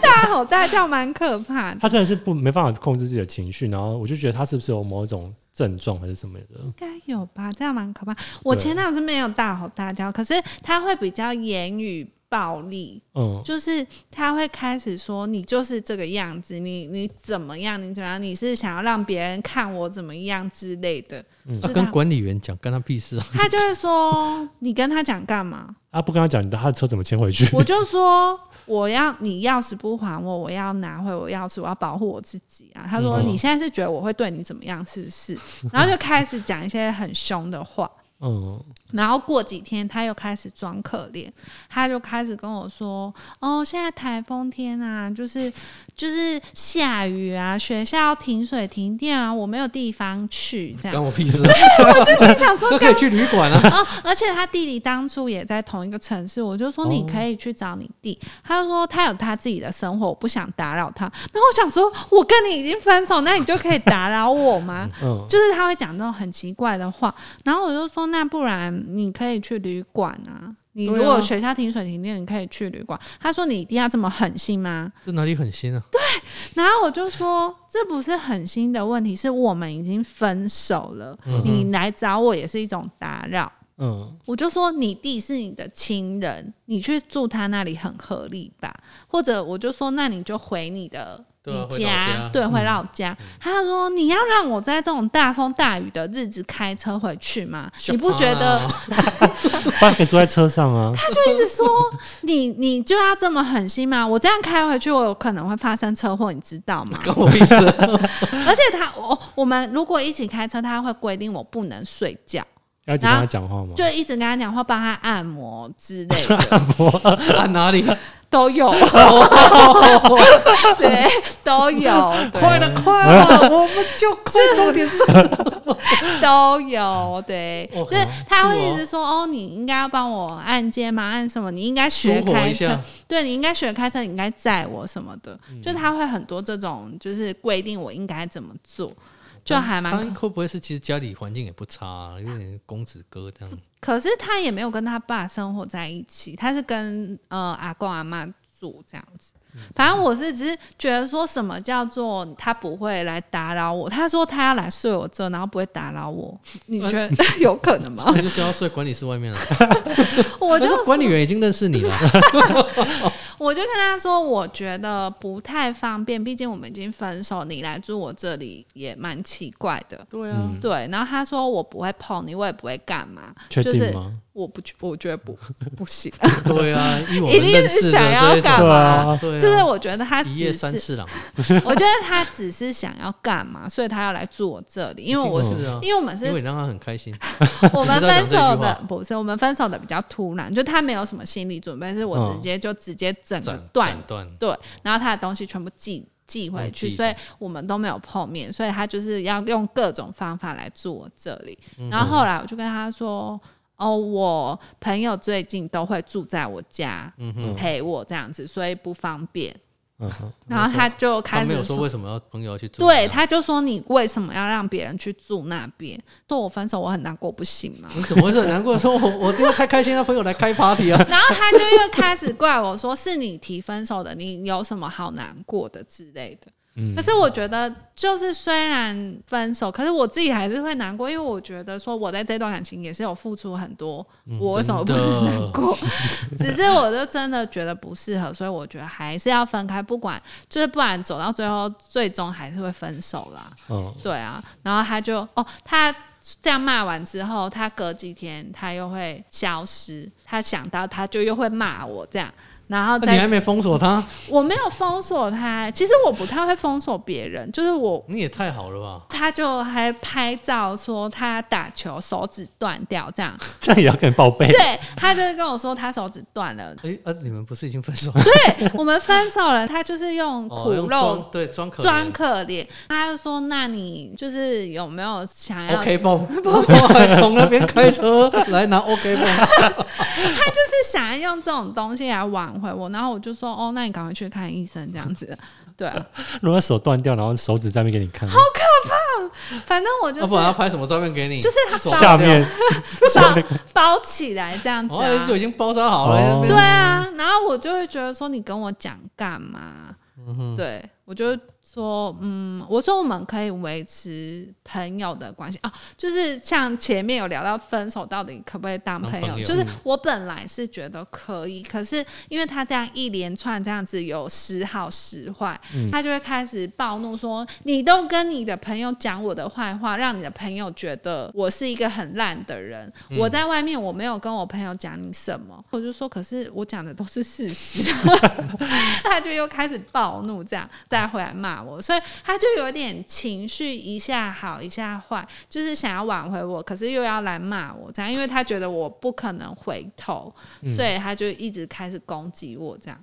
[SPEAKER 1] 大吼大叫蛮可怕的，
[SPEAKER 3] 他真的是不没办法控制自己的情绪，然后我就觉得他是不是有某种症状还是什么的？
[SPEAKER 1] 应该有吧？这样蛮可怕。我前男友是没有大吼大叫，可是他会比较言语暴力，
[SPEAKER 3] 嗯，
[SPEAKER 1] 就是他会开始说你就是这个样子，你你怎么样，你怎么样，你是想要让别人看我怎么样之类的。 就是
[SPEAKER 2] 他 啊跟
[SPEAKER 1] 他
[SPEAKER 2] 管理员讲，跟他屁事啊！
[SPEAKER 1] 他就会说：“你跟他讲干 嘛
[SPEAKER 3] 啊，不跟他讲，你的他的车怎么牵回去？”？
[SPEAKER 1] 我就说：“我要你钥匙不还我，我要拿回我钥匙，我要保护我自己啊！”他说：“
[SPEAKER 3] 嗯
[SPEAKER 1] 你现在是觉得我会对你怎么样，是不是？”然后就开始讲一些很凶的话。
[SPEAKER 3] 嗯，
[SPEAKER 1] 然后过几天他又开始装可怜，他就开始跟我说：“哦，现在台风天啊，就是就是下雨啊，学校停水停电啊，我没有地方去。”这样，
[SPEAKER 2] 关我屁事啊，
[SPEAKER 1] 我就心想说
[SPEAKER 2] 都可以去旅馆啊。
[SPEAKER 1] 哦，而且他弟弟当初也在同一个城市，我就说你可以去找你弟，他就说他有他自己的生活，我不想打扰他。然后我想说，我跟你已经分手，那你就可以打扰我吗？
[SPEAKER 2] 哦
[SPEAKER 3] 嗯
[SPEAKER 1] 就是他会讲这种很奇怪的话，然后我就说，那不然你可以去旅馆啊。你
[SPEAKER 2] 对啊
[SPEAKER 1] 如果学校停水停电，你可以去旅馆。他说你一定要这么狠心吗？
[SPEAKER 2] 这哪里狠心啊？
[SPEAKER 1] 然后我就说，这不是狠心的问题，是我们已经分手了，
[SPEAKER 2] 嗯
[SPEAKER 1] 你来找我也是一种打扰。
[SPEAKER 3] 嗯，
[SPEAKER 1] 我就说你弟是你的亲人，你去住他那里很合理吧？或者我就说，那你就回你的
[SPEAKER 2] 对
[SPEAKER 1] 你
[SPEAKER 2] 啊回老家嗯
[SPEAKER 1] 家，对，回老家。他就说你要让我在这种大风大雨的日子开车回去吗？你不觉得？
[SPEAKER 2] 啊
[SPEAKER 3] 不然可以坐在车上啊。
[SPEAKER 1] 他就 一直说你你就要这么狠心吗？我这样开回去，我有可能会发生车祸，你知道 吗？
[SPEAKER 2] 关我屁事啊？
[SPEAKER 1] 而且他我我们如果一起开车，他会规定我不能睡觉，
[SPEAKER 3] 要一直跟他讲话吗？
[SPEAKER 1] 就一直跟他讲话，帮他按摩之类的。
[SPEAKER 2] 啊哪里？
[SPEAKER 1] 都有，对，都 有，
[SPEAKER 2] 快了，快了，我们就快终点站。
[SPEAKER 1] 都有，对
[SPEAKER 2] 哦，
[SPEAKER 1] 就是他会
[SPEAKER 2] 酷哦
[SPEAKER 1] 一直说，哦，你应该要帮我按肩嘛，按什么，你应该学
[SPEAKER 2] 舒活
[SPEAKER 1] 开
[SPEAKER 2] 一
[SPEAKER 1] 车
[SPEAKER 2] 下，嗯
[SPEAKER 1] 对你应该学开车，你应该载我什么的，就他会很多这种，就是规定我应该怎么做。就还蛮
[SPEAKER 2] 他会不会是其实家里环境也不差、啊，有点公子哥这样？
[SPEAKER 1] 可是他也没有跟他爸生活在一起，他是跟呃阿公阿妈住这样子。
[SPEAKER 2] 嗯
[SPEAKER 1] 反正我是只是觉得说什么叫做他不会来打扰我，他说他要来睡我这，然后不会打扰我，你觉得 有可能吗？
[SPEAKER 2] 那你就叫他睡管理室外面了。
[SPEAKER 1] 哦 我就
[SPEAKER 2] 但是
[SPEAKER 1] 说
[SPEAKER 2] 管理员已经认识你了，
[SPEAKER 1] 我就跟他说，我觉得不太方便，毕竟我们已经分手，你来住我这里也蛮奇怪的。
[SPEAKER 2] 对啊，
[SPEAKER 1] 对，然后他说我不会碰你，我也不会干嘛，
[SPEAKER 3] 确
[SPEAKER 1] 就
[SPEAKER 3] 定
[SPEAKER 1] 是
[SPEAKER 3] 吗？
[SPEAKER 1] 我不，我觉得不不行，
[SPEAKER 2] 对啊，以我
[SPEAKER 1] 一
[SPEAKER 2] 们
[SPEAKER 1] 定
[SPEAKER 2] 认
[SPEAKER 1] 是
[SPEAKER 2] 识的
[SPEAKER 1] 想要
[SPEAKER 2] 这一种
[SPEAKER 1] 干
[SPEAKER 3] 对
[SPEAKER 1] 嘛
[SPEAKER 3] 啊，
[SPEAKER 2] 对 啊，
[SPEAKER 1] 就是我觉得他
[SPEAKER 2] 一夜
[SPEAKER 1] 只
[SPEAKER 2] 三
[SPEAKER 1] 是
[SPEAKER 2] 次郎，
[SPEAKER 1] 我觉得他只是想要干嘛，所以他要来住我这里，因为我
[SPEAKER 2] 一定是啊，
[SPEAKER 1] 因为我们是
[SPEAKER 2] 因为让他很开心，
[SPEAKER 1] 我们
[SPEAKER 2] 你知道讲
[SPEAKER 1] 分
[SPEAKER 2] 这句话
[SPEAKER 1] 手的不是我们分手的比较突然，就他没有什么心理准备，是我直
[SPEAKER 2] 嗯
[SPEAKER 1] 接就直接整个
[SPEAKER 2] 斩
[SPEAKER 1] 断
[SPEAKER 2] 斩断，
[SPEAKER 1] 对，然后他的东西全部寄寄回
[SPEAKER 2] 嗯
[SPEAKER 1] 去，
[SPEAKER 2] 寄
[SPEAKER 1] 所以我们都没有碰面，所以他就是要用各种方法来住我这里。
[SPEAKER 2] 嗯
[SPEAKER 1] 然后后来我就跟他说。哦，我朋友最近都会住在我家、
[SPEAKER 2] 嗯哼，
[SPEAKER 1] 陪我这样子，所以不方便。
[SPEAKER 3] 嗯哼，
[SPEAKER 1] 然后他就开
[SPEAKER 2] 他
[SPEAKER 1] 始
[SPEAKER 2] 没有说为什么要朋友要去做，
[SPEAKER 1] 对，，他就说你为什么要让别人去住那边？对我分手我很难过，不行吗？
[SPEAKER 2] 你怎么回事？很难过说我我因为太开心，让朋友来开 party 啊，
[SPEAKER 1] 然后他就又开始怪我说是你提分手的，你有什么好难过的之类的。可是我觉得，就是虽然分手，可是我自己还是会难过，因为我觉得说我在这段感情也是有付出很多，
[SPEAKER 2] 嗯
[SPEAKER 1] 我为什么不能难
[SPEAKER 2] 啊
[SPEAKER 1] 过？ 只是我就真的觉得不适合，所以我觉得还是要分开，不管就是不然走到最后，最终还是会分手啦。
[SPEAKER 3] 嗯，
[SPEAKER 1] 对啊，然后他就哦，他这样骂完之后，他隔几天他又会消失，他想到他就又会骂我这样，然后
[SPEAKER 2] 那哦你还
[SPEAKER 1] 再
[SPEAKER 2] 没封锁他，
[SPEAKER 1] 我没有封锁他，其实我不太会封锁别人，就是我。
[SPEAKER 2] 你也太好了吧？
[SPEAKER 1] 他就还拍照说他打球手指断掉这 样，
[SPEAKER 3] 这样也要跟人报备？
[SPEAKER 1] 对他就是跟我说他手指断了，
[SPEAKER 2] 哎啊，你们不是已经分手？
[SPEAKER 1] 对我们分手了，他就是用
[SPEAKER 2] 哦，
[SPEAKER 1] 苦
[SPEAKER 2] 用
[SPEAKER 1] 肉
[SPEAKER 2] 装对装可
[SPEAKER 1] 装
[SPEAKER 2] 怜
[SPEAKER 1] 可怜，他就说那你就是有没有想要
[SPEAKER 2] ，OK 绷，我还从那边开车来拿 OK 绷，
[SPEAKER 1] 就是想要用这种东西来挽回我，然后我就说哦，那你赶快去看医生这样子。 对啊，
[SPEAKER 3] 如果他手断掉，然后手指在那边给你看，
[SPEAKER 1] 反正我就
[SPEAKER 2] 哦要不然他
[SPEAKER 1] 是
[SPEAKER 2] 拍什么照片给你？
[SPEAKER 1] 就是他
[SPEAKER 2] 手
[SPEAKER 3] 下面
[SPEAKER 1] 包 包起来这样子、
[SPEAKER 2] 哦，
[SPEAKER 1] 啊
[SPEAKER 2] 就。已经包扎好了，
[SPEAKER 3] 哦
[SPEAKER 2] 那边
[SPEAKER 1] 对啊，然后我就会觉得说你跟我讲干嘛？
[SPEAKER 2] 嗯
[SPEAKER 1] 对我就说嗯，我说我们可以维持朋友的关系哦，就是像前面有聊到分手到底可不可以当
[SPEAKER 2] 当
[SPEAKER 1] 朋
[SPEAKER 2] 朋友嗯
[SPEAKER 1] 就是我本来是觉得可以，可是因为他这样一连串这样子有时好时坏，
[SPEAKER 2] 嗯
[SPEAKER 1] 他就会开始暴怒说：“你都跟你的朋友讲我的坏话，让你的朋友觉得我是一个很烂的人。
[SPEAKER 2] 嗯
[SPEAKER 1] 我在外面我没有跟我朋友讲你什么，我就说：“可是我讲的都是事实。”他就又开始暴怒，这样再回来骂我，所以他就有点情绪一下好一下坏，就是想要挽回我，可是又要来骂我这样，因为他觉得我不可能回头，所以他就一直开始攻击我这样，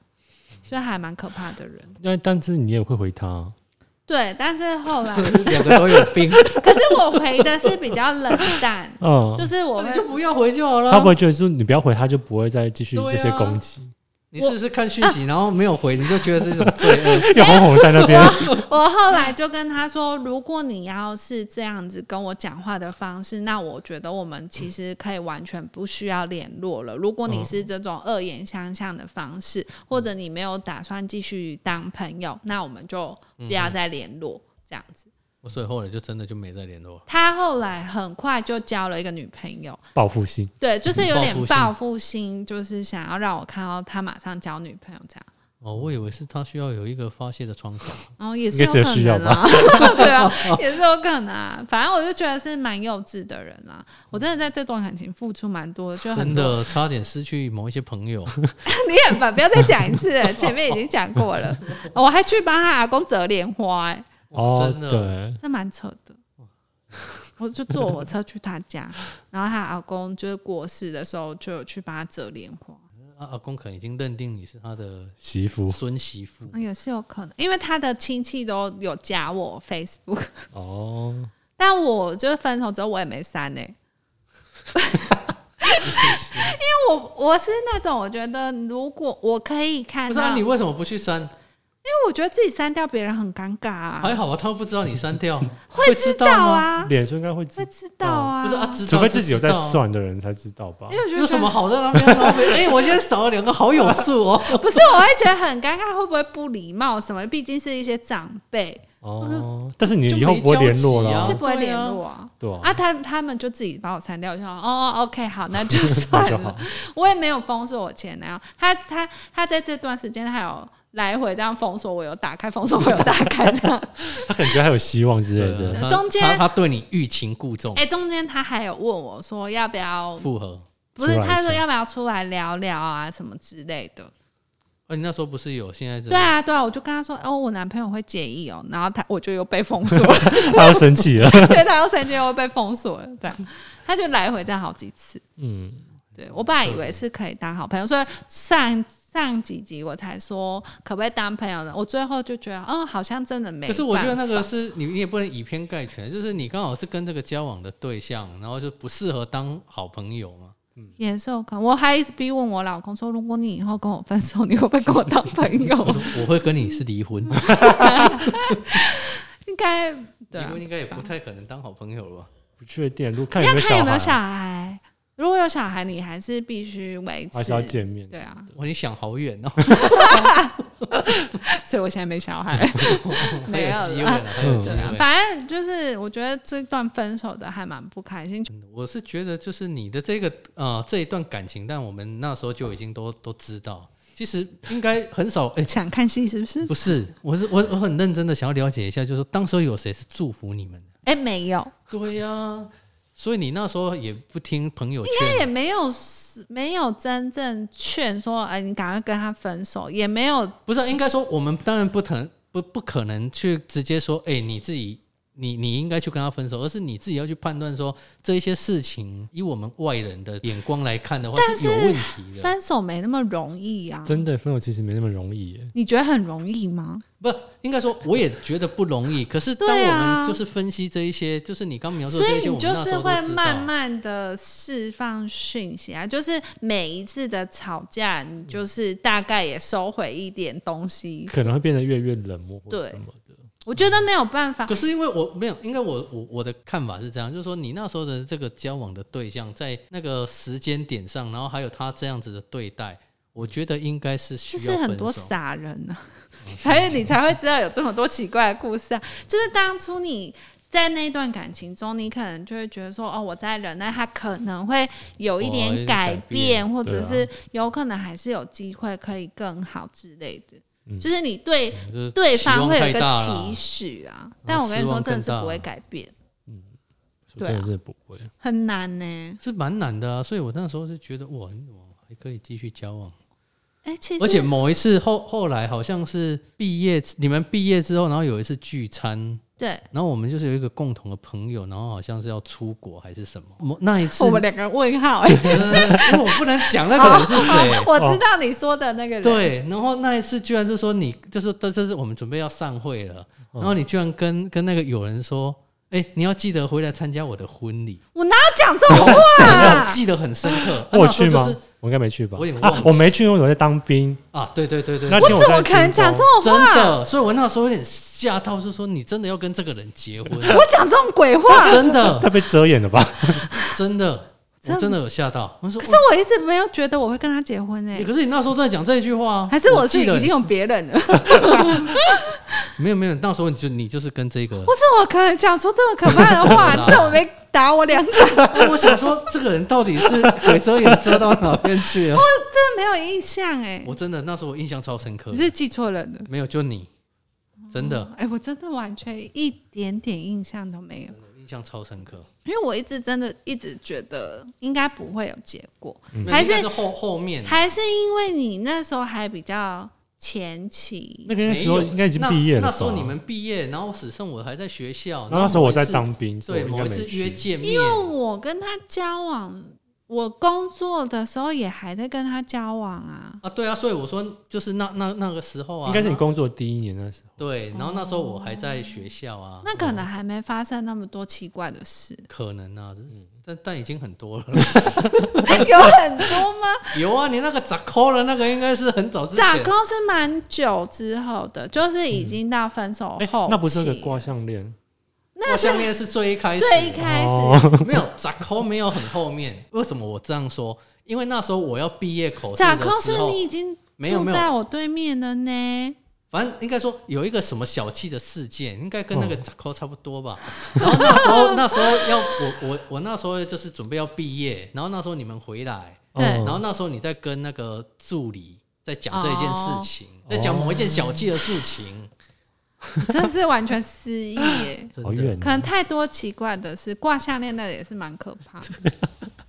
[SPEAKER 1] 所以还蛮可怕的人。
[SPEAKER 3] 因为但是你也会回他啊，，
[SPEAKER 1] 对，但是后来，
[SPEAKER 2] 两个都有病，
[SPEAKER 1] 可是我回的是比较冷淡
[SPEAKER 3] 嗯，
[SPEAKER 1] 就是 我
[SPEAKER 2] 那你
[SPEAKER 1] 会
[SPEAKER 2] 就不要回就好
[SPEAKER 3] 他不
[SPEAKER 2] 了。
[SPEAKER 3] 会觉得说你不要回他，就不会再继续
[SPEAKER 2] 啊
[SPEAKER 3] 这些攻击，
[SPEAKER 2] 你是不是看讯息然后没有回，你就觉得这种罪 恶？
[SPEAKER 3] 又红红在那 边，
[SPEAKER 1] 我后来就跟他说，如果你要是这样子跟我讲话的方式，那我觉得我们其实可以完全不需要联络了。如果你是这种恶言相向的方式，
[SPEAKER 2] 嗯
[SPEAKER 1] 或者你没有打算继续当朋友，那我们就不要再联络。
[SPEAKER 2] 嗯
[SPEAKER 1] 这样子，
[SPEAKER 2] 所以后来就真的就没再联络了。
[SPEAKER 1] 他后来很快就交了一个女朋友，
[SPEAKER 3] 报复性。
[SPEAKER 1] 对，就是有点
[SPEAKER 2] 报复性
[SPEAKER 1] 报复心，就是想要让我看到他马上交女朋友这样。
[SPEAKER 2] 哦，我以为是他需要有一个发泄的窗口。
[SPEAKER 1] 哦，也是
[SPEAKER 3] 应
[SPEAKER 1] 有
[SPEAKER 3] 该是有
[SPEAKER 1] 可
[SPEAKER 3] 需要
[SPEAKER 1] 能啊， 对啊，也是有可能啊。反正我就觉得是蛮幼稚的人啊。我真的在这段感情付出蛮多，就很
[SPEAKER 2] 真
[SPEAKER 1] 多。
[SPEAKER 2] 的差点失去某一些朋友，
[SPEAKER 1] 你很烦，不要再讲一次了，前面已经讲过了。我还去帮他阿公折莲花、欸，
[SPEAKER 3] 哦
[SPEAKER 2] 真，的，
[SPEAKER 3] 对，
[SPEAKER 1] 这蛮扯的。我就坐火车去他家，然后他阿公就是过世的时候，就有去帮他折莲花。
[SPEAKER 2] 阿阿公可能已经认定你是他的
[SPEAKER 3] 媳妇
[SPEAKER 2] 孙媳妇，
[SPEAKER 1] 嗯也是有可能，因为他的亲戚都有加我 Facebook，
[SPEAKER 3] 哦，
[SPEAKER 1] 但我就是分手之后我也没删欸呢、因为我我是那种我觉得如果我可以看
[SPEAKER 2] 不是
[SPEAKER 1] 到，
[SPEAKER 2] 啊啊？你为什么不去删？
[SPEAKER 1] 为我觉得自己删掉别人很尴尬
[SPEAKER 2] 还
[SPEAKER 1] 啊，
[SPEAKER 2] 好啊，他不知道你删 掉，会知道吗？
[SPEAKER 1] 啊，
[SPEAKER 3] 脸书应该会知
[SPEAKER 1] 会，知道啊，
[SPEAKER 2] 不是啊，知道
[SPEAKER 3] 除非自己有在
[SPEAKER 2] 就知道啊
[SPEAKER 3] 算的人才知道吧
[SPEAKER 1] 因。为我觉得
[SPEAKER 2] 有什么好在那边浪费？哎、我现在少了两个好友数哦。
[SPEAKER 1] 呃不是，我会觉得很尴尬，会不会不礼貌什么？毕竟是一些长辈，
[SPEAKER 3] 哦，但是你
[SPEAKER 2] 就
[SPEAKER 3] 以后
[SPEAKER 2] 没
[SPEAKER 3] 不会
[SPEAKER 2] 交
[SPEAKER 3] 联
[SPEAKER 2] 集
[SPEAKER 3] 络
[SPEAKER 2] 啊
[SPEAKER 3] 啦
[SPEAKER 1] 是，不会
[SPEAKER 2] 对
[SPEAKER 1] 联
[SPEAKER 2] 啊
[SPEAKER 1] 络啊。
[SPEAKER 3] 对啊
[SPEAKER 1] 啊，，他他们就自己把我删掉，我就说哦哦，OK，好，那就
[SPEAKER 3] 那
[SPEAKER 1] 算
[SPEAKER 3] 就
[SPEAKER 1] 了
[SPEAKER 3] 好。。
[SPEAKER 1] 我也没有封锁我前男友，他他他在这段时间还有来回这样封锁我，有打开封锁我，有打开这 样。
[SPEAKER 3] 他感觉还有希望之类的。
[SPEAKER 2] 他
[SPEAKER 1] 中间
[SPEAKER 2] 他他对你欲擒故纵，
[SPEAKER 1] 哎、中间他还有问我说要不要，
[SPEAKER 2] 复合。
[SPEAKER 1] 不是
[SPEAKER 3] 出来一下
[SPEAKER 1] 他说要不要出来聊聊啊什么之类的。
[SPEAKER 2] 哎、你那时候不是有现在这
[SPEAKER 1] 对啊对啊，我就跟他说哦，我男朋友会介意哦，然后他我就又被封锁了。
[SPEAKER 3] 他要 生气了。
[SPEAKER 1] 对，他要三天会被封锁了，这样，他就来回这样好几次。
[SPEAKER 3] 嗯，
[SPEAKER 1] 对我本来以
[SPEAKER 2] 嗯
[SPEAKER 1] 为是可以当好朋友，所以上上几集我才说可不可以当朋友呢？我最后就觉得，嗯，好像真的没办法。
[SPEAKER 2] 可是我觉得那个是你，你也不能以偏概全，就是你刚好是跟这个交往的对象，然后就不适合当好朋友嘛。
[SPEAKER 1] 也是有可能，我还一直逼问我老公说，如果你以后跟我分手，你会不会跟我当朋友？
[SPEAKER 2] 我会跟你是离婚，
[SPEAKER 1] 应该
[SPEAKER 2] 离
[SPEAKER 1] 对啊、
[SPEAKER 2] 婚应该也不太可能当好朋友了吧？
[SPEAKER 3] 不确定，如果看有
[SPEAKER 1] 要
[SPEAKER 3] 没有
[SPEAKER 1] 看有
[SPEAKER 3] 小
[SPEAKER 1] 没有小
[SPEAKER 3] 孩，
[SPEAKER 1] 孩。如果有小孩，你还是必须维
[SPEAKER 3] 还
[SPEAKER 1] 持
[SPEAKER 3] 是要见面。
[SPEAKER 1] 对啊，
[SPEAKER 2] 我你想好远哦，
[SPEAKER 1] 所以我现在没小 孩。
[SPEAKER 2] 还
[SPEAKER 1] 没有
[SPEAKER 2] 有
[SPEAKER 1] 啦
[SPEAKER 2] 机会了，还有机
[SPEAKER 1] 对啊
[SPEAKER 2] 会，。
[SPEAKER 1] 反正就是我觉得这段分手的还蛮不开心，
[SPEAKER 2] 我是觉得，就是你的这个呃这一段感情，但我们那时候就已经都都知道，其实应该很少。哎、
[SPEAKER 1] 想看戏是不是？
[SPEAKER 2] 不是，我是我我很认真的想要了解一下，就是当时候有谁是祝福你们的？
[SPEAKER 1] 哎、没有，
[SPEAKER 2] 对呀、所以你那时候也不听朋友
[SPEAKER 1] 他也
[SPEAKER 2] 劝，
[SPEAKER 1] 没有没有真正劝说，哎、你赶快跟他分手，也没有
[SPEAKER 2] 不是啊、应该说我们当然不可能不不可能去直接说，哎、你自己。你你应该去跟他分手，而是你自己要去判断说这一些事情，以我们外人的眼光来看的话
[SPEAKER 1] 但
[SPEAKER 2] 是有
[SPEAKER 1] 是
[SPEAKER 2] 问题的。
[SPEAKER 1] 分手没那么容易啊。
[SPEAKER 3] 真的分手其实没那么容易耶。
[SPEAKER 1] 你觉得很容易吗？
[SPEAKER 2] 不，应该说我也觉得不容易。可是当
[SPEAKER 1] 对
[SPEAKER 2] 我
[SPEAKER 1] 啊
[SPEAKER 2] 们就是分析这一些，就是你刚描述
[SPEAKER 1] 所
[SPEAKER 2] 的这
[SPEAKER 1] 以
[SPEAKER 2] 一些，
[SPEAKER 1] 你
[SPEAKER 2] 我们
[SPEAKER 1] 就
[SPEAKER 2] 那时
[SPEAKER 1] 是
[SPEAKER 2] 候
[SPEAKER 1] 会
[SPEAKER 2] 都知道。
[SPEAKER 1] 慢慢的释放讯息啊，就是每一次的吵架，你就是大概也收回一点东西。
[SPEAKER 3] 可能会变得越来越冷漠或
[SPEAKER 1] 对
[SPEAKER 3] 什么的。
[SPEAKER 1] 我觉得没有办法，
[SPEAKER 2] 可是因为我没有，应该我我我的看法是这样，就是说你那时候的这个交往的对象，在那个时间点上，然后还有他这样子的对待，我觉得应该是需
[SPEAKER 1] 就
[SPEAKER 2] 要
[SPEAKER 1] 是很多
[SPEAKER 2] 分手
[SPEAKER 1] 傻人 啊，所以你才会知道有这么多奇怪的故事啊。就是当初你在那段感情中，你可能就会觉得说，哦，我在忍耐，他可能会有一
[SPEAKER 2] 哦有
[SPEAKER 1] 点
[SPEAKER 2] 点
[SPEAKER 1] 改
[SPEAKER 2] 改
[SPEAKER 1] 变，
[SPEAKER 2] 变
[SPEAKER 1] 或
[SPEAKER 3] 对
[SPEAKER 1] 者
[SPEAKER 3] 啊
[SPEAKER 1] 是有可能还是有机会可以更好之类的。
[SPEAKER 3] 嗯
[SPEAKER 1] 就是你对
[SPEAKER 2] 就是
[SPEAKER 1] 对
[SPEAKER 2] 期
[SPEAKER 1] 方
[SPEAKER 2] 望
[SPEAKER 1] 会有
[SPEAKER 2] 太
[SPEAKER 1] 一个
[SPEAKER 2] 大
[SPEAKER 1] 期
[SPEAKER 2] 了
[SPEAKER 1] 许啊，但
[SPEAKER 2] 然后
[SPEAKER 1] 我跟你
[SPEAKER 2] 失
[SPEAKER 1] 说，
[SPEAKER 2] 望
[SPEAKER 1] 真的
[SPEAKER 2] 更
[SPEAKER 1] 是
[SPEAKER 2] 大
[SPEAKER 1] 不会
[SPEAKER 2] 了
[SPEAKER 1] 改变，
[SPEAKER 3] 嗯，说
[SPEAKER 1] 对
[SPEAKER 3] 真
[SPEAKER 1] 啊
[SPEAKER 3] 的是不会。
[SPEAKER 1] 很难呢、
[SPEAKER 2] 是蛮难的啊。所以我那时候是觉得，哇，你怎么还可以继续交往？
[SPEAKER 1] 哎、其实
[SPEAKER 2] 而且某一次后后来好像是毕业，你们毕业之后，然后有一次聚餐，
[SPEAKER 1] 对
[SPEAKER 2] 然后我们就是有一个共同的朋友，然后好像是要出国还是什么。我那一次，
[SPEAKER 1] 我
[SPEAKER 2] 我
[SPEAKER 1] 们两个问号、哎
[SPEAKER 2] 因为我不能讲那个人是 谁。
[SPEAKER 1] 我知道你说的那个人，
[SPEAKER 2] 哦对，然后那一次居然就说你，就是就是我们准备要散会了，然后你居然跟跟那个友人说，哎、你要记得回来参加我的婚礼，
[SPEAKER 1] 我哪有讲这 种话、
[SPEAKER 2] 我
[SPEAKER 1] 啊？
[SPEAKER 2] 记得很深刻。啊
[SPEAKER 3] 我有去？
[SPEAKER 2] 那
[SPEAKER 3] 吗
[SPEAKER 2] 时候就是？
[SPEAKER 3] 我应该没去吧？
[SPEAKER 2] 我有点忘
[SPEAKER 3] 啊
[SPEAKER 2] 记，
[SPEAKER 3] 我没去，因为我在当兵。
[SPEAKER 2] 啊，对对对对，
[SPEAKER 3] 那
[SPEAKER 2] 对
[SPEAKER 3] 天
[SPEAKER 1] 怎
[SPEAKER 3] 在
[SPEAKER 1] 么可能
[SPEAKER 3] 军
[SPEAKER 1] 讲
[SPEAKER 3] 中
[SPEAKER 1] 这种
[SPEAKER 2] 真
[SPEAKER 1] 话？
[SPEAKER 2] 的，所以我那时候有点吓到，就说你真的要跟这个人结婚，
[SPEAKER 1] 我讲这种鬼话，
[SPEAKER 2] 真的
[SPEAKER 3] 他被遮掩了吧？
[SPEAKER 2] 真的，我
[SPEAKER 1] 真
[SPEAKER 2] 真的有吓到。我说
[SPEAKER 1] 可是我一直没有觉得我会跟他结婚哎、
[SPEAKER 2] 欸可是你那时候在讲这一句话啊，
[SPEAKER 1] 还是我是
[SPEAKER 2] 记
[SPEAKER 1] 已
[SPEAKER 2] 得
[SPEAKER 1] 经有别人了？或
[SPEAKER 2] 没有没有，那时候你就你就是跟这个，
[SPEAKER 1] 是我可能讲出这么可怕的话，
[SPEAKER 2] 真的啦
[SPEAKER 1] 你怎么没打我两掌？真
[SPEAKER 2] 但哎我想说这个人到底是鬼遮眼遮到哪边去 了？
[SPEAKER 1] 的没有印象哎、
[SPEAKER 2] 我真的那时候我印象超深刻
[SPEAKER 1] 你，是记错人了。
[SPEAKER 2] 没有就你，真的
[SPEAKER 1] 哎、我真的完全一点点印象都没有，
[SPEAKER 2] 印象超深刻，
[SPEAKER 1] 因为我一直真的一直觉得应该不会有结果，
[SPEAKER 3] 嗯
[SPEAKER 2] 没有
[SPEAKER 1] 还是
[SPEAKER 2] 应该后后面
[SPEAKER 1] 还是因为你那时候还比较前期，
[SPEAKER 3] 那
[SPEAKER 2] 没
[SPEAKER 3] 个
[SPEAKER 2] 有
[SPEAKER 3] 时候应该已经毕业了吧
[SPEAKER 2] 那。那时候你们毕业，然后只剩我还在学校，
[SPEAKER 3] 然后那时候
[SPEAKER 2] 某
[SPEAKER 3] 我
[SPEAKER 2] 一次
[SPEAKER 3] 在当兵，所以
[SPEAKER 2] 对某
[SPEAKER 3] 我应该
[SPEAKER 2] 一
[SPEAKER 3] 没
[SPEAKER 2] 次约
[SPEAKER 3] 去。
[SPEAKER 2] 见面
[SPEAKER 1] 因为，我跟他交往，我工作的时候也还在跟他交往啊。
[SPEAKER 2] 啊，对啊，所以我说就是那那那个时候啊，
[SPEAKER 3] 应该是你工作第一年那时候。
[SPEAKER 2] 对，然后那时候我还在学校啊，
[SPEAKER 3] 哦
[SPEAKER 1] 那可能还没发生那么多奇怪的 事，
[SPEAKER 2] 可能啊，这但但已经很多了。
[SPEAKER 1] 有很多 吗？
[SPEAKER 2] 有啊，你那个咋扣的那个应该是很早之前
[SPEAKER 1] 咋沟是蛮久之后的，就是已经到分
[SPEAKER 2] 哦
[SPEAKER 1] 手
[SPEAKER 3] 哎、
[SPEAKER 1] 后期、
[SPEAKER 3] 那不是那个挂项链，
[SPEAKER 2] 那项链是最一开始，
[SPEAKER 1] 最一开始、
[SPEAKER 3] 哦
[SPEAKER 2] 没有咋扣没有很后面。为什么我这样说？因为那时候我要毕业口试
[SPEAKER 1] 咋
[SPEAKER 2] 的
[SPEAKER 1] 沟
[SPEAKER 2] 时
[SPEAKER 1] 是
[SPEAKER 2] 候
[SPEAKER 1] 你，已经
[SPEAKER 2] 没有
[SPEAKER 1] 住
[SPEAKER 2] 没有
[SPEAKER 1] 在我对面了呢。
[SPEAKER 2] 反正应该说有一个什么小气的事件，应该跟那个咋扣差不多吧。然后那时候 那时候要我我我那时候就是准备要毕业，然后那时候你们回来，
[SPEAKER 1] 对
[SPEAKER 2] 然后
[SPEAKER 3] 哦、
[SPEAKER 2] 那时候你在跟那个助理在讲这一件事情，在讲
[SPEAKER 3] 哦
[SPEAKER 2] 某一件小气的事情，
[SPEAKER 1] 你真的是完全失忆 耶
[SPEAKER 2] 真
[SPEAKER 3] 好
[SPEAKER 2] 的
[SPEAKER 3] 远、哦
[SPEAKER 1] 可能太多奇怪的事，挂项链那也是蛮可怕的。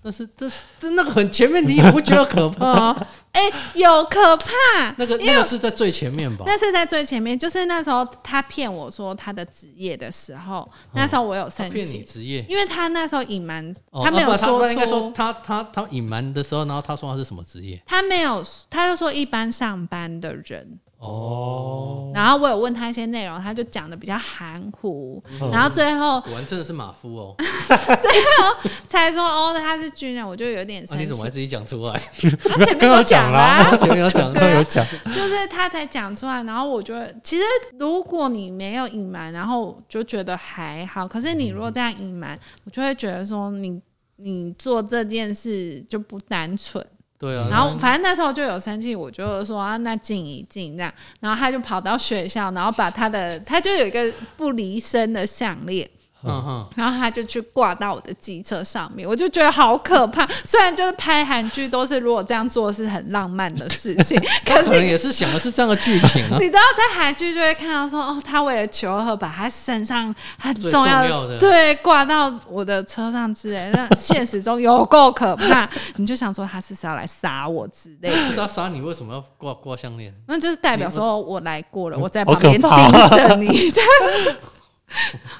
[SPEAKER 2] 但是这这那个很前面，你也不觉得可 怕啊？
[SPEAKER 1] 哎、有可怕，
[SPEAKER 2] 那个那个是在最前面吧？
[SPEAKER 1] 那是在最前面，就是那时候他骗我说他的职业的时候，那时候我有生
[SPEAKER 2] 哦骗你
[SPEAKER 1] 气，
[SPEAKER 2] 职业，
[SPEAKER 1] 因为他那时候隐瞒，
[SPEAKER 2] 哦
[SPEAKER 1] 他没
[SPEAKER 2] 啊不
[SPEAKER 1] 有
[SPEAKER 2] 然
[SPEAKER 1] 说
[SPEAKER 2] 不然
[SPEAKER 1] 出，
[SPEAKER 2] 应该说他他他隐瞒的时候，然后他说他是什么职业？
[SPEAKER 1] 他没有，他就说一般上班的人。
[SPEAKER 3] 哦，
[SPEAKER 1] 然后我有问他一些内容，他就讲的比较含糊，
[SPEAKER 3] 嗯
[SPEAKER 1] 然后最后
[SPEAKER 2] 果然真的是马夫 哦！
[SPEAKER 1] 才说哦他是军人，我就有点
[SPEAKER 2] 啊，
[SPEAKER 1] 生
[SPEAKER 2] 你
[SPEAKER 1] 气
[SPEAKER 2] 怎么还。自己讲出来？
[SPEAKER 1] 他前面都讲啦、
[SPEAKER 2] 前面有讲
[SPEAKER 1] 对
[SPEAKER 3] 刚刚
[SPEAKER 1] 啊
[SPEAKER 3] 有讲，
[SPEAKER 1] 就是他才讲出来，然后我觉得，其实如果你没有隐瞒，然后我就觉得还好。可是你如果这样隐瞒，我就会觉得说你你做这件事就不单纯。
[SPEAKER 2] 对啊，
[SPEAKER 1] 然后反正那时候就有生气，我就说啊，那静一静这样。然后他就跑到学校，然后把他的他就有一个不离身的项链。
[SPEAKER 2] 嗯哼，
[SPEAKER 1] 然后他就去挂到我的机车上面，我就觉得好可怕。虽然就是拍韩剧都是如果这样做是很浪漫的事情，可
[SPEAKER 2] 可能也是想的是这样的剧情 啊
[SPEAKER 1] 你。知道在韩剧就会看到说，哦，他为了求和，把他身上很
[SPEAKER 2] 最
[SPEAKER 1] 重要的
[SPEAKER 2] 重要的
[SPEAKER 1] 对挂到我的车上之类的，那现实中有够可怕。 你就想说他是不是要来杀我之类的，
[SPEAKER 2] 不是他杀你，为什么要挂挂项链？
[SPEAKER 1] 那就是代表说我来过了，我在
[SPEAKER 3] 好
[SPEAKER 1] 旁边
[SPEAKER 3] 可怕啊
[SPEAKER 1] 盯着你， 这样子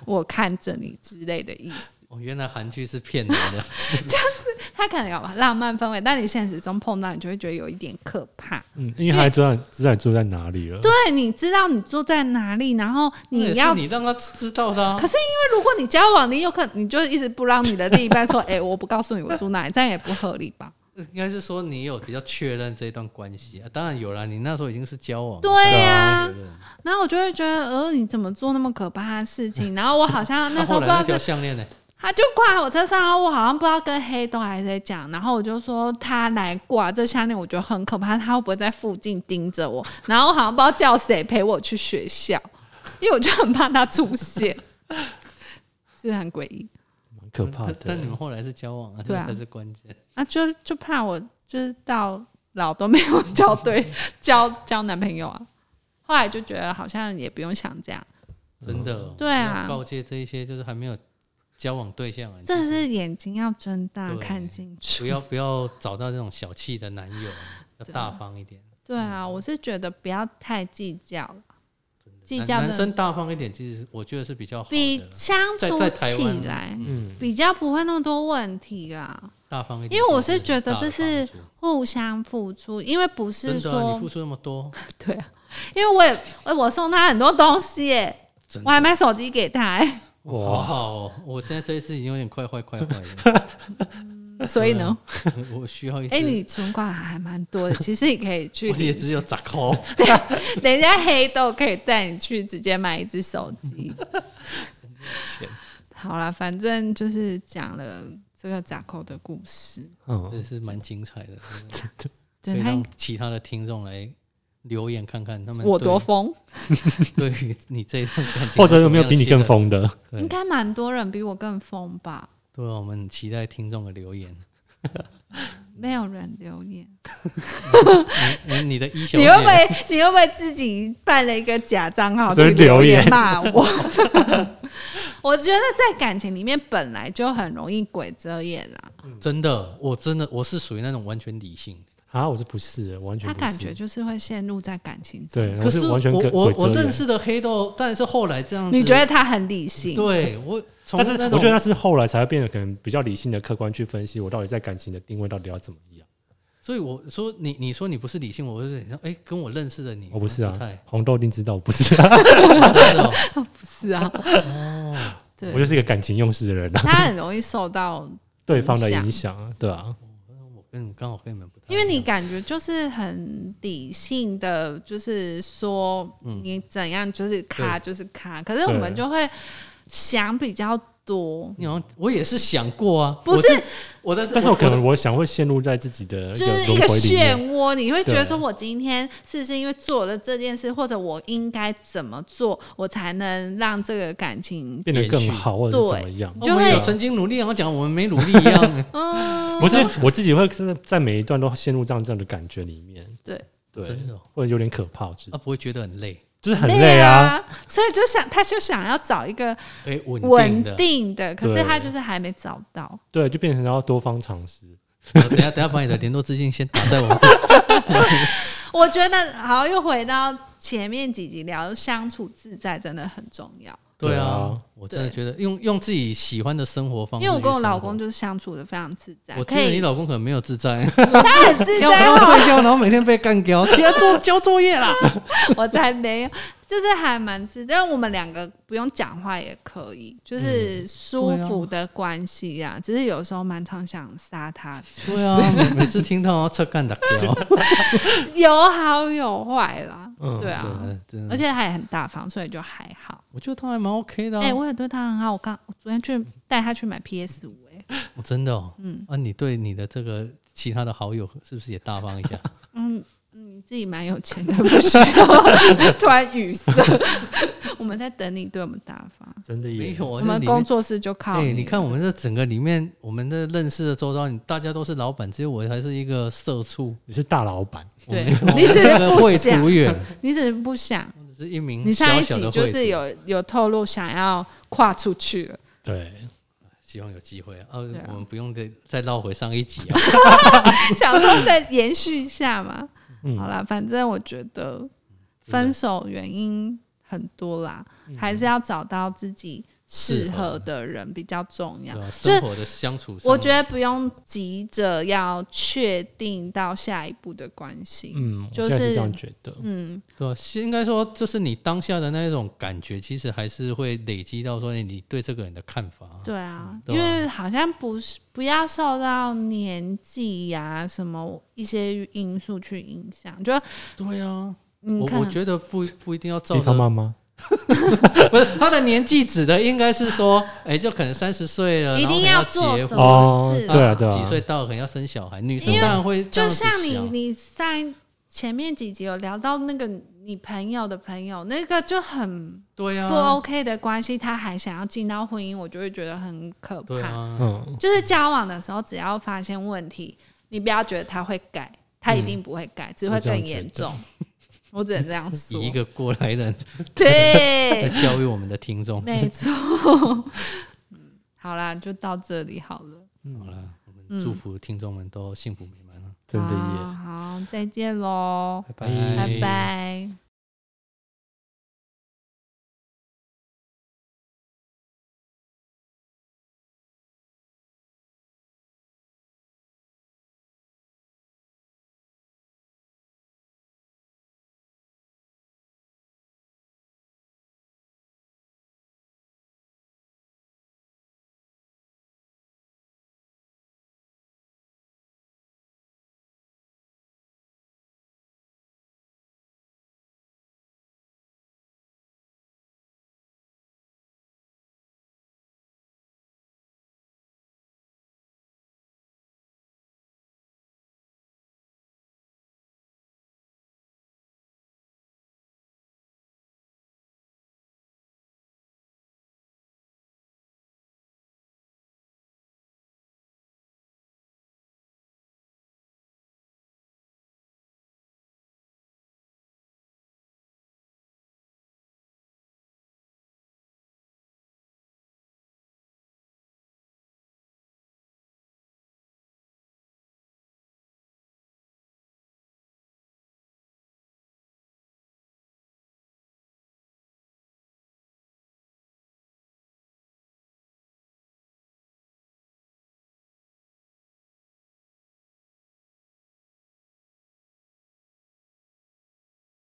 [SPEAKER 1] 我看着你之类的意思。
[SPEAKER 2] 哦，原来韩剧是骗人 的。
[SPEAKER 1] 他可能有浪漫氛围，但你现实中碰到，你就会觉得有一点可怕。
[SPEAKER 3] 嗯，因为他还知道知道你住在哪里了，
[SPEAKER 2] 啊
[SPEAKER 1] 对，你知道你住在哪里，然后
[SPEAKER 2] 那
[SPEAKER 1] 你
[SPEAKER 2] 也是
[SPEAKER 1] 要
[SPEAKER 2] 你让他知道的啊
[SPEAKER 1] 可。是因为如果你交往，你有可能你就一直不让你的另一半说，哎、我不告诉你我住哪里，这样也不合理吧？
[SPEAKER 2] 应该是说你有比较确认这一段关系啊，当然有啦，你那时候已经是交往了。
[SPEAKER 1] 对啊呀、
[SPEAKER 2] 确认
[SPEAKER 1] 然后我就会觉得，呃，你怎么做那么可怕的事 情？然后我好像那时候
[SPEAKER 2] 啊后
[SPEAKER 1] 不
[SPEAKER 2] 来
[SPEAKER 1] 知道
[SPEAKER 2] 那条
[SPEAKER 1] 是，
[SPEAKER 2] 项链呢？
[SPEAKER 1] 他就挂我车上，然后我好像不知道跟黑豆还是谁讲，然后我就说他来挂这项链，我觉得很可怕，他会不会在附近盯着我？ 然后我好像不知道叫谁陪我去学校，因为我就很怕他出 现，是不是很诡异。
[SPEAKER 3] 蛮可怕
[SPEAKER 2] 但但你
[SPEAKER 3] 的。
[SPEAKER 2] 们后来是交往啊，这
[SPEAKER 1] 对啊
[SPEAKER 2] 才是关键。
[SPEAKER 1] 啊，就就怕我就是到老都没有交对交交男朋友啊。后来就觉得好像也不用想这样，
[SPEAKER 2] 真的哦，
[SPEAKER 1] 对啊
[SPEAKER 2] 要告诫这一些就是还没有交往对象啊，
[SPEAKER 1] 真的
[SPEAKER 2] 就是
[SPEAKER 1] 眼睛要睁大
[SPEAKER 2] 对
[SPEAKER 1] 看清楚。
[SPEAKER 2] 不要不要找到这种小气的 男友，
[SPEAKER 1] 啊
[SPEAKER 2] 要大方一点。
[SPEAKER 1] 对啊，我是觉得不要太计较了，计
[SPEAKER 2] 男
[SPEAKER 1] 较
[SPEAKER 2] 男
[SPEAKER 1] 的
[SPEAKER 2] 生大方一点，其实我觉得是比较好
[SPEAKER 1] 比
[SPEAKER 2] 的，
[SPEAKER 1] 相
[SPEAKER 2] 在
[SPEAKER 1] 处
[SPEAKER 2] 在台
[SPEAKER 1] 起
[SPEAKER 2] 湾
[SPEAKER 1] 来
[SPEAKER 3] 嗯，
[SPEAKER 1] 比较不会那么多问题啦。
[SPEAKER 2] 大方一点。
[SPEAKER 1] 因为我
[SPEAKER 2] 其实
[SPEAKER 1] 是觉得
[SPEAKER 2] 大的
[SPEAKER 1] 这是
[SPEAKER 2] 帮助
[SPEAKER 1] 互相付出，因为不是
[SPEAKER 2] 真的啊，你
[SPEAKER 1] 说
[SPEAKER 2] 付出那么多，
[SPEAKER 1] 对啊，因为我也哎我送他很多东西耶，
[SPEAKER 2] 真
[SPEAKER 1] 我
[SPEAKER 2] 的
[SPEAKER 1] 还买手机给他耶，
[SPEAKER 2] 好
[SPEAKER 3] 哇，
[SPEAKER 2] 好哦。我现在这一次已经有点快坏快坏了，
[SPEAKER 1] 所以呢，
[SPEAKER 2] 我我需要一次。
[SPEAKER 1] 哎、你存款还蛮多 的，其实你可以去
[SPEAKER 2] 我，也只有砸扣。
[SPEAKER 1] 等一下黑豆可以带你去直接买一只手 机。 好啦，反正就是讲了这个杂扣的故事，
[SPEAKER 3] 嗯，
[SPEAKER 2] 这是蛮精彩的，
[SPEAKER 3] 真的
[SPEAKER 2] 可
[SPEAKER 1] 对
[SPEAKER 2] 以
[SPEAKER 1] 他
[SPEAKER 2] 让其他的听众来留言看看他们
[SPEAKER 1] 我多
[SPEAKER 2] 对
[SPEAKER 1] 疯，
[SPEAKER 2] 对于你这一段感情，
[SPEAKER 3] 或者有没有比你更？疯 的？
[SPEAKER 2] 对
[SPEAKER 1] 应该蛮多人比我更疯吧？
[SPEAKER 2] 对啊，我们很期待听众的留言。
[SPEAKER 1] 没有人留言，
[SPEAKER 2] 你哎你的一小
[SPEAKER 1] 你会不
[SPEAKER 2] 姐，
[SPEAKER 1] 会你会不会自己办了一个假账 号去
[SPEAKER 3] 这是留言
[SPEAKER 1] 言骂我？ 我觉得在感情里面本来就很容易鬼遮眼啦，啊
[SPEAKER 2] 真的，我真的我是属于那种完全理性的，
[SPEAKER 3] 啊，我是不是，我完全
[SPEAKER 1] 他
[SPEAKER 3] 不是
[SPEAKER 1] 感觉就是会陷入在感情中。
[SPEAKER 3] 对，我
[SPEAKER 2] 可
[SPEAKER 3] 是
[SPEAKER 2] 是
[SPEAKER 3] 完全
[SPEAKER 2] 我
[SPEAKER 3] 隔
[SPEAKER 2] 我我
[SPEAKER 3] 隔绝
[SPEAKER 2] 认识的黑豆，但是后来这样子，
[SPEAKER 1] 你觉得他很理性？，
[SPEAKER 2] 对我从
[SPEAKER 3] 但是
[SPEAKER 2] 那种，
[SPEAKER 3] 我觉得那是后来才会变得可能比较理性的、客观去分析我到底在感情的定位到底要怎么样。
[SPEAKER 2] 所以我说你你说你不是理性，我就是哎、跟我认识的你，
[SPEAKER 3] 我不是啊
[SPEAKER 2] 太，
[SPEAKER 3] 红豆一定知道我不是、啊，
[SPEAKER 2] 真的哦
[SPEAKER 1] 是啊，
[SPEAKER 2] 哦，
[SPEAKER 1] 对
[SPEAKER 3] 我，就是一个感情用事的人、 啊，
[SPEAKER 1] 他很容易受到，
[SPEAKER 3] 对方的影响啊，对啊，
[SPEAKER 2] 我跟刚好跟你们不太一
[SPEAKER 1] 因
[SPEAKER 2] 样，
[SPEAKER 1] 为你感觉就是很理性的，就是说你怎样就是卡就是卡，可是我们
[SPEAKER 3] 嗯对
[SPEAKER 1] 就会想比较多，
[SPEAKER 2] 你好像我也是想过啊，
[SPEAKER 1] 不是
[SPEAKER 2] 我我的，
[SPEAKER 3] 但是我
[SPEAKER 2] 的
[SPEAKER 3] 可能我想会陷入在自己的一
[SPEAKER 1] 就
[SPEAKER 3] 个
[SPEAKER 1] 是一
[SPEAKER 3] 轮
[SPEAKER 1] 个
[SPEAKER 3] 回里
[SPEAKER 1] 漩
[SPEAKER 3] 面，
[SPEAKER 1] 涡，你会觉得
[SPEAKER 3] 对
[SPEAKER 1] 说，我今天是不是因为做了这件事，或者我应该怎么做，我才能让这个感情，
[SPEAKER 3] 变得更
[SPEAKER 2] 延续
[SPEAKER 3] 好或者是怎么样。
[SPEAKER 1] 就
[SPEAKER 2] 我们
[SPEAKER 1] 会
[SPEAKER 2] 有曾经努力，然后讲我们没努力一 样，
[SPEAKER 1] 嗯，
[SPEAKER 3] 不是我自己会在在每一段都陷入这样这样的感觉里面，
[SPEAKER 1] 对，
[SPEAKER 3] 对，
[SPEAKER 2] 真的哦
[SPEAKER 3] 会有点可怕，我觉得
[SPEAKER 2] 啊，不会觉得很累，
[SPEAKER 3] 就是很
[SPEAKER 1] 对
[SPEAKER 3] 累啊。
[SPEAKER 1] 哦啊，所以就想，他就想要找一个
[SPEAKER 2] 哎，稳定
[SPEAKER 1] 稳
[SPEAKER 2] 的。
[SPEAKER 1] 定的，可是
[SPEAKER 3] 对
[SPEAKER 1] 他就是还没找到。
[SPEAKER 3] 对，就变成要多方尝试。
[SPEAKER 2] 我呃等一下等一下把你的联络资讯先打在我们
[SPEAKER 1] 我觉得好，又回到前面几集聊相处自在真的很重要，
[SPEAKER 2] 对
[SPEAKER 3] 对
[SPEAKER 2] 啊
[SPEAKER 3] 啊，
[SPEAKER 2] 我真的觉得用用自己喜欢的生活方式
[SPEAKER 1] 因
[SPEAKER 2] 去生
[SPEAKER 1] 为
[SPEAKER 2] 活，
[SPEAKER 1] 我跟我老公就是相处的非常自在，
[SPEAKER 2] 我觉
[SPEAKER 1] 可
[SPEAKER 2] 得你
[SPEAKER 1] 以，
[SPEAKER 2] 老公可能没有自在，
[SPEAKER 1] 他很自
[SPEAKER 2] 要不
[SPEAKER 1] 在
[SPEAKER 2] 要
[SPEAKER 1] 哦，
[SPEAKER 2] 睡觉，然后每天被干 掉，起来做交作业啦。
[SPEAKER 1] 我才没有，就是还蛮自在。但我们两个不用讲话也可以，就是舒服的关系呀、只是有时候蛮常想杀他，
[SPEAKER 2] 对啊，每每次听到车干打掉，
[SPEAKER 1] 有好有坏啦。
[SPEAKER 3] 嗯
[SPEAKER 1] 对啊，
[SPEAKER 2] 真的
[SPEAKER 1] 而，且他也很大方，所以就还好。
[SPEAKER 2] 我觉得他还蛮 OK 的啊。
[SPEAKER 1] 哎、我也对他很好。我刚我昨天去带他去买 PS 五、哎，
[SPEAKER 2] 我真的，嗯，啊，你对你的这个其他的好友是不是也大方 一下？
[SPEAKER 1] 嗯，你自己蛮有钱的，不需要突然语塞。 我们在等你对我们大方，
[SPEAKER 3] 真的
[SPEAKER 2] 没
[SPEAKER 3] 耶，
[SPEAKER 2] 有，我
[SPEAKER 1] 我
[SPEAKER 2] 这
[SPEAKER 1] 们
[SPEAKER 2] 里
[SPEAKER 1] 工
[SPEAKER 2] 面。
[SPEAKER 1] 作室就靠
[SPEAKER 2] 哎、
[SPEAKER 1] 你了。
[SPEAKER 2] 你看我们这整个里面，我们的认识的周遭，你大家都是老板，只有我还是一个社畜。
[SPEAKER 3] 你是大老板，
[SPEAKER 1] 对
[SPEAKER 2] 我们
[SPEAKER 1] 你只是
[SPEAKER 2] 我们个
[SPEAKER 1] 不
[SPEAKER 2] 绘
[SPEAKER 1] 想
[SPEAKER 2] 图员，
[SPEAKER 1] 你只是不想。
[SPEAKER 2] 我只是一名
[SPEAKER 1] 你上一
[SPEAKER 2] 小小
[SPEAKER 1] 集
[SPEAKER 2] 的
[SPEAKER 1] 就
[SPEAKER 2] 绘
[SPEAKER 1] 是
[SPEAKER 2] 图
[SPEAKER 1] 有有透露想要跨出去了，
[SPEAKER 3] 对，
[SPEAKER 2] 希望有机会啊。呃
[SPEAKER 1] 对啊
[SPEAKER 2] 我们不用再再绕回上一集 啊。
[SPEAKER 1] 想说再延续一下嘛。
[SPEAKER 3] 嗯
[SPEAKER 1] 好啦，反正我觉得
[SPEAKER 2] 嗯真
[SPEAKER 1] 分
[SPEAKER 2] 的
[SPEAKER 1] 手原因很多啦，
[SPEAKER 2] 嗯
[SPEAKER 1] 还是要找到自己适合的人比较重要
[SPEAKER 2] 对。啊
[SPEAKER 1] 就是
[SPEAKER 2] 生活的相处上，
[SPEAKER 1] 我觉得不用急着要确定到下一步的关系，
[SPEAKER 3] 嗯，
[SPEAKER 1] 就
[SPEAKER 3] 我现在
[SPEAKER 1] 是
[SPEAKER 3] 是这样觉得，
[SPEAKER 1] 嗯，
[SPEAKER 2] 对啊，是应该说就是你当下的那一种感觉，其实还是会累积到说哎你对这个人的看法啊。
[SPEAKER 1] 对啊，
[SPEAKER 2] 对
[SPEAKER 1] 因
[SPEAKER 2] 啊
[SPEAKER 1] 为好像不是不要受到年纪呀、什么一些因素去影响，就
[SPEAKER 2] 对啊，
[SPEAKER 1] 你
[SPEAKER 2] 我
[SPEAKER 1] 看
[SPEAKER 2] 我觉得不不一定要照
[SPEAKER 3] 地方
[SPEAKER 2] 着，
[SPEAKER 3] 妈妈，
[SPEAKER 2] 不是他的年纪指的应该是说，哎、就可能三十岁了，
[SPEAKER 1] 一
[SPEAKER 2] 然后
[SPEAKER 1] 定
[SPEAKER 2] 可能
[SPEAKER 1] 要
[SPEAKER 2] 要
[SPEAKER 1] 做
[SPEAKER 2] 结
[SPEAKER 1] 什
[SPEAKER 2] 婚。
[SPEAKER 1] 么
[SPEAKER 3] 哦
[SPEAKER 1] 事，
[SPEAKER 3] 对啊对啊
[SPEAKER 2] 几岁到了可能要生小孩，女生
[SPEAKER 1] 因为
[SPEAKER 2] 当然会这
[SPEAKER 1] 就
[SPEAKER 2] 样子
[SPEAKER 1] 像你
[SPEAKER 2] 想
[SPEAKER 1] 你在前面几集有聊到那个你朋友的朋友，那个就很
[SPEAKER 2] 对
[SPEAKER 1] 不
[SPEAKER 2] 啊，
[SPEAKER 1] OK 的关系，他还想要进到婚姻，我就会觉得很可怕。
[SPEAKER 2] 对啊，
[SPEAKER 3] 嗯，
[SPEAKER 1] 就是交往的时候，只要发现问题，你不要觉得他会改，他一定
[SPEAKER 2] 嗯
[SPEAKER 1] 不会改，只会更严 重。我只能这样说
[SPEAKER 2] 以。一个过来人来
[SPEAKER 1] 对，
[SPEAKER 2] 教育我们的听众。
[SPEAKER 1] 没错。嗯好啦，就到这里好了。
[SPEAKER 2] 好了，我们祝福听众们都幸福美满了，啊
[SPEAKER 3] 真的耶。
[SPEAKER 1] 好，好再见喽，
[SPEAKER 2] 拜
[SPEAKER 1] 拜拜。